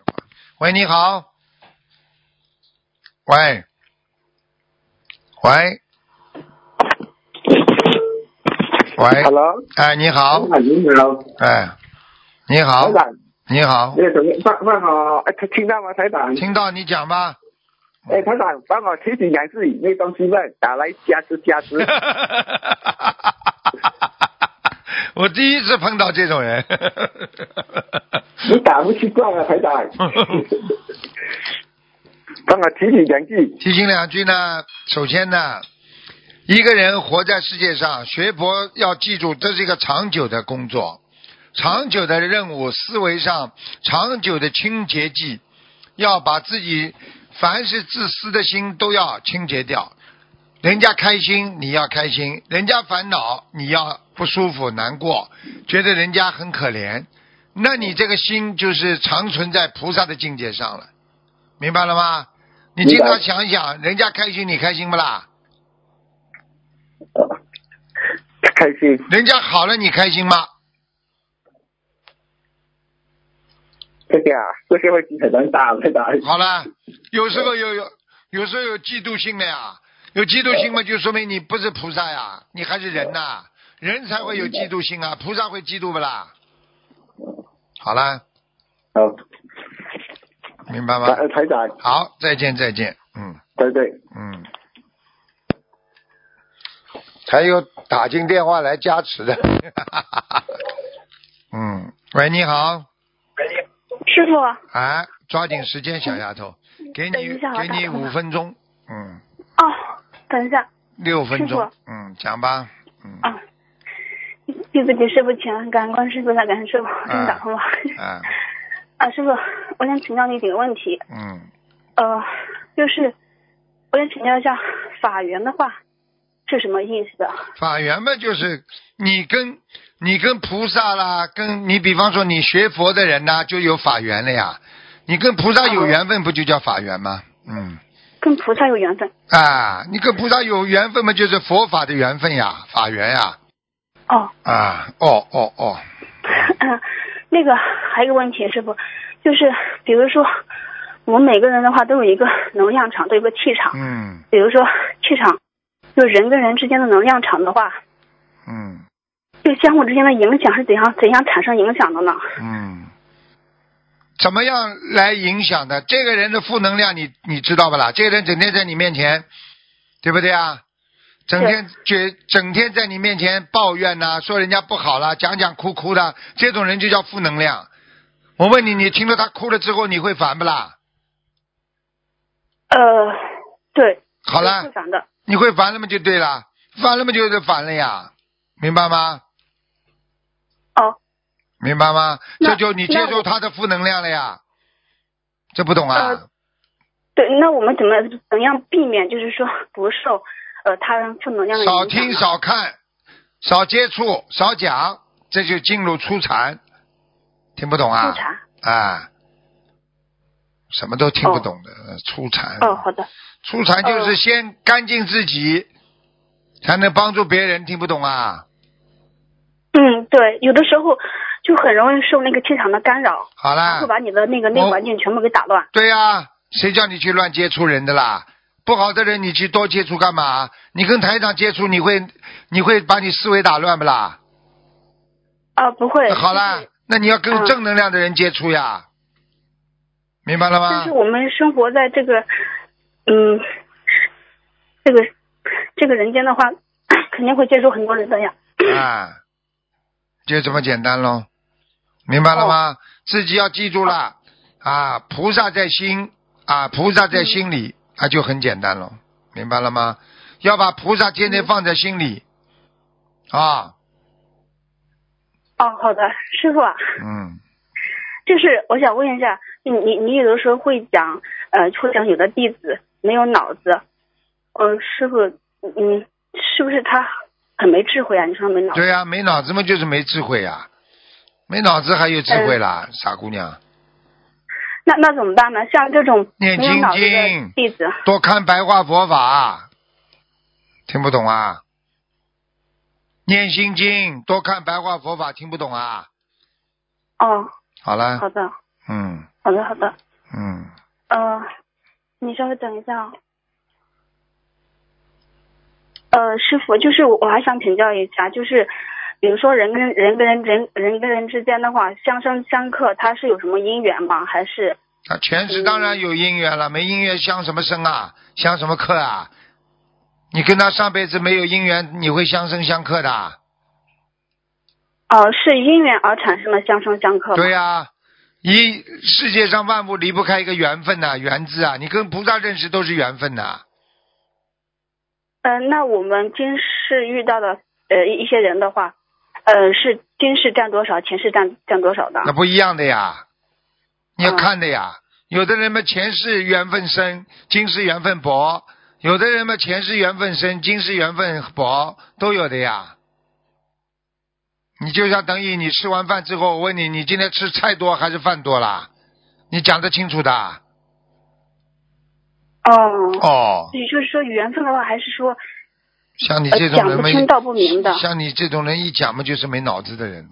喂，你好，喂，喂，喂，
Hello，
哎，你好
老，板您好，
哎，你好
台，长，
你好，
那什么，问问好，哎，听听到吗，台长？
听到你讲吧。
哎，台长，帮我提几两字以内东西问，打来加持加 持。
我第一次碰到这种人，
你打不习惯啊，台 长。帮我提几两句，
提醒两句呢。首先呢，一个人活在世界上，学佛要记住，这是一个长久的工作，长久的任务，思维上长久的清洁剂，要把自己凡是自私的心都要清洁掉。人家开心，你要开心；人家烦恼，你要不舒服、难过，觉得人家很可怜，那你这个心就是长存在菩萨的境界上了，明白了吗？你经常想一想，人家开心，你开心不啦？
呃开心。
人家好了，你开心吗？
这个啊，这个问题很难打，很难打。
好了，有时候有有有时候有嫉妒心的呀，有嫉妒心嘛，就说明你不是菩萨呀，你还是人呐、人才会有嫉妒心啊，菩萨会嫉妒不啦？好了，
好，
明白吗？
台呃台长，
好，再见再见，嗯
对对，
嗯。还有打进电话来加持的， 嗯，喂，你好，
师傅，哦
啊，抓紧时间，小丫头，给
等
你
一下啊
给
打
你
通
五
了
分钟，嗯，
哦，等一下，
六分
师
钟，嗯，讲吧，嗯，
啊对不起，师傅，请安感恩观世音菩萨，感恩师傅，
嗯
给你打通了。
啊，
啊，师傅，我想请教你几个问题，
嗯，
呃，就是我想请教一下法缘的话是什么意思啊？
法缘嘛，就是你跟你跟菩萨啦，跟你比方说你学佛的人呐、就有法缘了呀，你跟菩萨有
哦
缘分，不就叫法缘吗？嗯。
跟菩萨有缘分
啊，你跟菩萨有缘分嘛，就是佛法的缘分呀，法缘呀，
哦。
啊，哦哦哦，
那个还有一个问题，师傅，就是比如说我们每个人的话都有一个能量场，都有一个气场。
嗯
比如说气场，就人跟人之间的能量场的话，
嗯
对相互之间的影响是怎样怎样产生影响的呢？
嗯，怎么样来影响的？这个人的负能量你，你知道不啦？这个人整天在你面前，对不对啊？整天觉整天在你面前抱怨呐、说人家不好啦，讲讲哭哭的，这种人就叫负能量。我问你，你听到他哭了之后，你会烦不啦？
呃，对，
好啦，
是反的。
你会烦了吗？就对了，烦了吗？就是烦了呀，明白吗？
哦，
明白吗？
那
这就你接
那
受
我
他的负能量了呀，这不懂啊？
呃对，那我们怎么怎样避免就是说不受呃他人负能量的影响
少
呢？
听少看，少接触少讲，这就进入初禅，听不懂啊？
复查。
啊，什么都听不懂的、呃初禅。
嗯
哦，好的。
初禅就是
哦
先干净自己，才能帮助别人，听不懂啊？
嗯，对，有的时候就很容易受那个气场的干扰，
好啦
会把你的那个内
我
环境全部给打乱。
对呀、啊谁叫你去乱接触人的啦？不好的人你去多接触干嘛？你跟台长接触，你会你会把你思维打乱不啦？
啊，不会。
那好啦，那你要跟
嗯
正能量的人接触呀，明白了
但
吗
是？我们生活在这个，嗯，这个这个人间的话， 肯定会接触很多人的呀。
啊，就这么简单喽，明白了吗？自己要记住啦，啊，菩萨在心啊，菩萨在心里，啊，就很简单喽，明白了吗？要把菩萨天天放在心里，啊，
哦，好的，师傅啊，
嗯。
就是我想问一下，你你你有的时候会讲，呃，会讲有的弟子没有脑子，嗯、师傅，嗯，是不是他很没智慧啊？你说没脑子？
对呀、没脑子嘛就是没智慧呀、啊没脑子还有智慧啦，傻姑娘，
那那怎么办呢？像这种
念
没有
经
脑子的
经
弟子，
多看白话佛法，啊听不懂啊？念心经，多看白话佛法，听不懂啊？
哦，
好了
好，的，
嗯
好的，好的，
嗯，
呃，你稍微等一下啊。呃，师傅，就是我我还想请教一下，就是比如说人跟人跟人人人跟人之间的话，相生相克，它是有什么因缘吗？还是
那啊前世当然有姻缘了，没姻缘相什么生啊？相什么克啊？你跟他上辈子没有姻缘，你会相生相克的啊。
呃是因缘而产生的相生相克吗？
对呀、啊一世界上万物离不开一个缘分呐、缘字啊，你跟菩萨认识都是缘分呐、
嗯、那我们今世遇到的呃一一些人的话，呃是今世占多少，前世占占多少的？
那不一样的呀，你要
啊嗯
看的呀。有的人嘛，前世缘分深，今世缘分薄；有的人嘛，前世缘分深，今世缘分薄，都有的呀。你就像等于你吃完饭之后，我问你，你今天吃菜多还是饭多啦？你讲得清楚的
呃
啊。
哦，
哦，
也就是说缘分的话，还是说
像你
呃
这种
讲
人
不
嘛，
清道不明的
像你这种人一讲嘛，就是没脑子的人。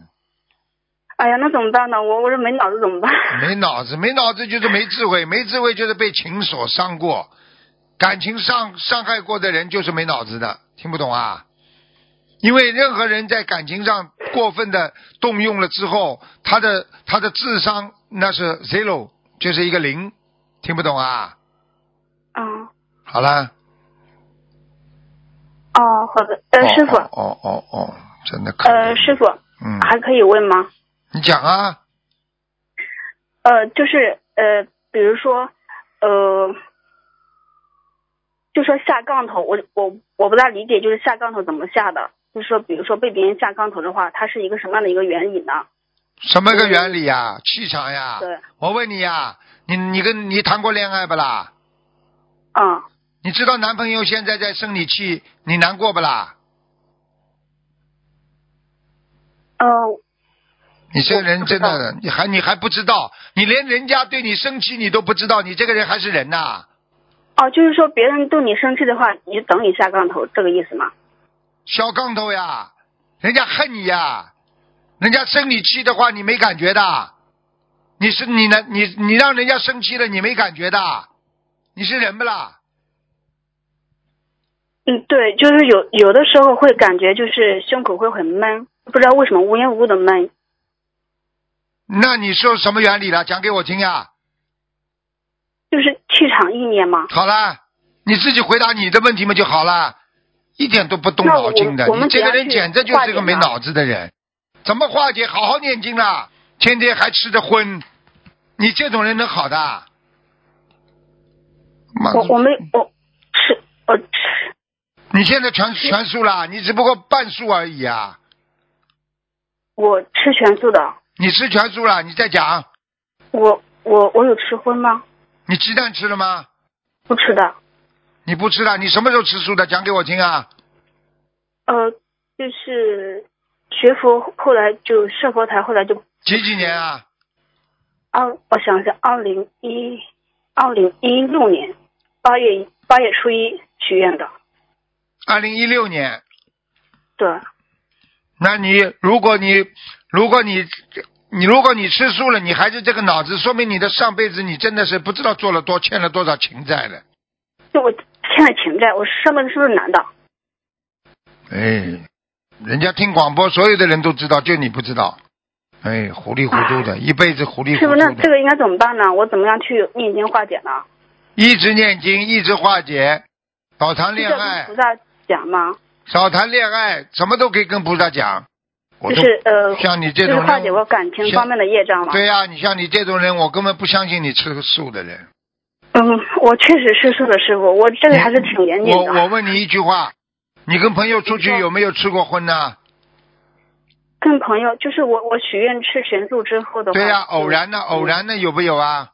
哎呀，那怎么办呢？我我这没脑子怎么办？
没脑 子，没脑子就是没智慧，没智慧就是被情所伤过，感情伤伤害过的人就是没脑子的，听不懂啊？因为任何人在感情上过分的动用了之后，他的他的智商那是 zero，就是一个零，听不懂啊？
嗯，
好了，
哦，好的，呃，
哦
师傅，
哦哦哦哦，真的可以，
呃，师傅
嗯，
还可以问吗？
你讲啊，
呃，就是呃，比如说呃，就说下杠头，我我我不大理解，就是下杠头怎么下的？就是说，比如说被别人下杠头的话，它是一个什么样的一个原理呢？
什么个原理呀、气场呀、
对，
我问你呀、你你跟你谈过恋爱不啦？
嗯，
你知道男朋友现在在生你气，你难过不啦？
呃，
你这个人真
我
的，你还你还不知道，你连人家对你生气你都不知道，你这个人还是人呐、
哦，就是说别人对你生气的话，你就等你下杠头，这个意思吗？
小杠头呀，人家恨你呀，人家生你气的话你没感觉的，你是你呢你你让人家生气了你没感觉的，你是人不啦？
嗯，对，就是有有的时候会感觉就是胸口会很闷，不知道为什么无缘无故的闷。
那你说什么原理了？讲给我听呀。
就是气场意念嘛。
好了，你自己回答你的问题嘛就好了，一点都不动
那
脑
我
筋的。
我们
你这个人
怎
简
样去
直就
化
是
解
个没
呢
脑子的人，怎么化解？好好念经啦，天天还吃着荤，你这种人能好的？妈
我我没我吃我吃
你现在全全素啦，你只不过半素而已啊！
我吃全素的，
你吃全素啦，你再讲，
我我我有吃荤吗？
你鸡蛋吃了吗？
不吃的，
你不吃了，你什么时候吃素的？讲给我听啊！
呃，就是学佛后来就设佛台，后来就
几几年啊？
二我想想，二零一二零一六年八月八月初一许愿的，
二零一六年。
对，
那你如果你如果你你如果你吃素了，你还是这个脑子，说明你的上辈子你真的是不知道做了多欠了多少情债了。
就我欠了情债，我上辈子是不是男的？
哎，人家听广播，所有的人都知道，就你不知道。哎，糊里糊涂的，一辈子糊里糊
师傅，
涂
那
的，
这个应该怎么办呢？我怎么样去念经化解呢？
一直念经，一直化解，少谈
是
恋
在
爱
跟菩，萨讲吗？
少谈恋爱，什么都可以跟菩萨讲。我
就
都
是呃，
像你这
就是
种
化解
人，
我感情
像
方面的业障嘛。
对呀、你像你这种人，我根本不相信你吃素的人。
嗯，我确实是素的师傅，我这个还是挺严谨
我
的。
我问你一句话，你跟朋友出去
你说啊
有没有吃过荤呢？
跟朋友就是我我许愿吃全素之后的话，
对呀、
就是
偶然的，偶然的有没有啊？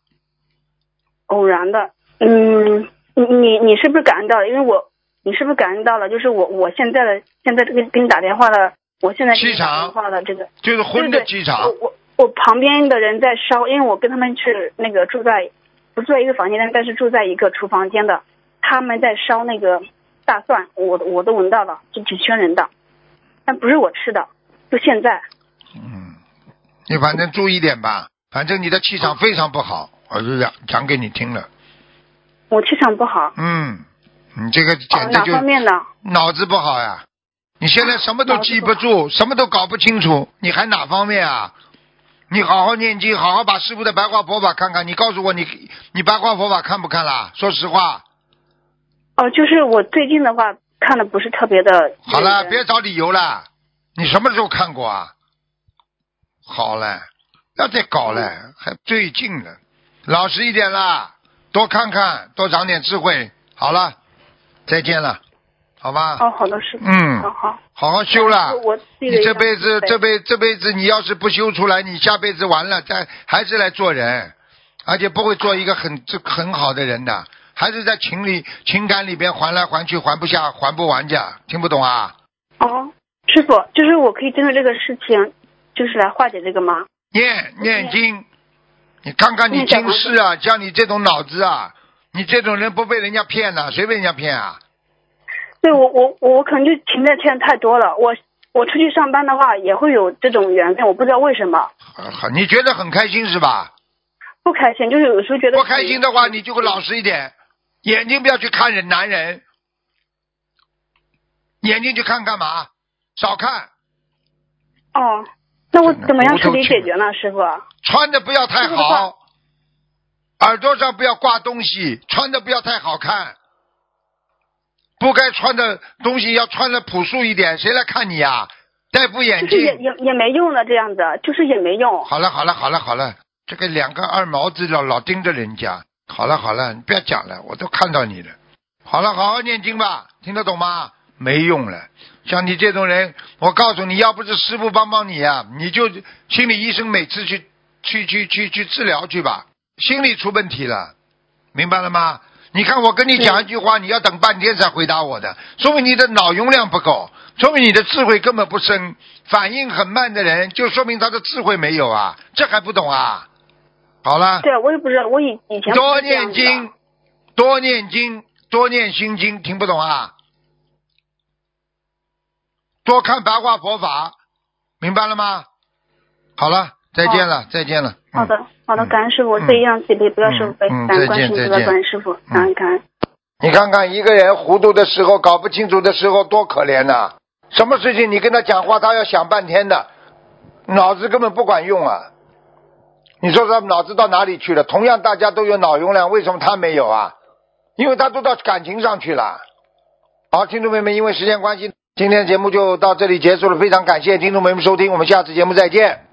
偶然的。嗯，你你你是不是感应到了？因为我你是不是感应到了？就是我我现在的现在这个给你打电话的，我现在给你
气场
打电话的这个
就是荤的
对对
气场
我，我我旁边的人在烧，因为我跟他们是那个住在不住在一个房间，但但是住在一个厨房间的，他们在烧那个大蒜，我我都闻到了，就挺熏人的，但不是我吃的，就现在。
嗯，你反正注意点吧，反正你的气场非常不好，我就讲讲给你听了。
我气场不好，
嗯，你这个
哦
简直
哪
就
方面呢？
脑子不好呀！你现在什么都记不住，什么都搞不清楚，你还哪方面啊？你好好念经，好好把师傅的白话佛法看看。你告诉我你，你白话佛法看不看啦？说实话，
哦，就是我最近的话看的不是特别的。
好了，
认真
别找理由了。你什么时候看过啊？好了，不要再搞
嗯
了，还最近了，老实一点啦，多看看，多长点智慧。好了，再见了，好吧？
哦，好的，师傅。
嗯
好好。
好好修啦。
我我自己
你
的
这
一个
辈子
对
这辈这辈子，你要是不修出来，你下辈子完了，再还是来做人，而且不会做一个很这很好的人的，还是在情里情感里边还来还去，还不下，还不完家，听不懂啊？
哦，师傅，就是我可以针对这个事情，就是来化解这个吗？
念念经，你看看你
念小
今世啊，像你这种脑子啊，你这种人不被人家骗呐、谁被人家骗啊？
对我我我可能就情债欠太多了，我我出去上班的话，也会有这种缘分，我不知道为什么
很很，你觉得很开心是吧？
不开心，就是有的时候觉得嗯
不开心的话，你就会老实一点，眼睛不要去看人男人，眼睛去看干嘛？少看，
哦。那我怎么样彻
无头
底解
绪
决呢，师傅？
穿的不要太
这个的话
好，耳朵上不要挂东西，穿的不要太好看，不该穿的东西要穿的朴素一点，谁来看你呀、啊戴副眼
就是也
镜。
也也没用的这样子，就是也没用。
好了好了好了好了，这个两个二毛子老老盯着人家。好了好了，你不要讲了，我都看到你了。好了，好好念经吧，听得懂吗？没用了，像你这种人，我告诉你要不是师傅帮帮你呀、你就心理医生每次去去去去去治疗去吧，心理出问题了，明白了吗？你看我跟你讲一句话，你要等半天才回答我的，说明你的脑容量不够，说明你的智慧根本不深，反应很慢的人，就说明他的智慧没有啊，这还不懂啊？好了，
对，我也不知道，我以以前不
多
是这
念
样子的
经，多念经，多念心经，听不懂啊？多看白话佛法，明白了吗？好了，再见了，再见了。嗯
好的，好的，
嗯
感恩师傅，我
嗯
这一样慈悲，不要师傅悲，
嗯嗯
感恩观
再见
世音菩
再
萨，
见嗯
感恩师傅，感恩感恩。
你看看一个人糊涂的时候，搞不清楚的时候，多可怜呐、什么事情你跟他讲话，他要想半天的，脑子根本不管用啊！你说他脑子到哪里去了？同样大家都有脑容量，为什么他没有啊？因为他都到感情上去了。好，听众朋友们，因为时间关系，今天节目就到这里结束了，非常感谢听众朋友们收听，我们下次节目再见。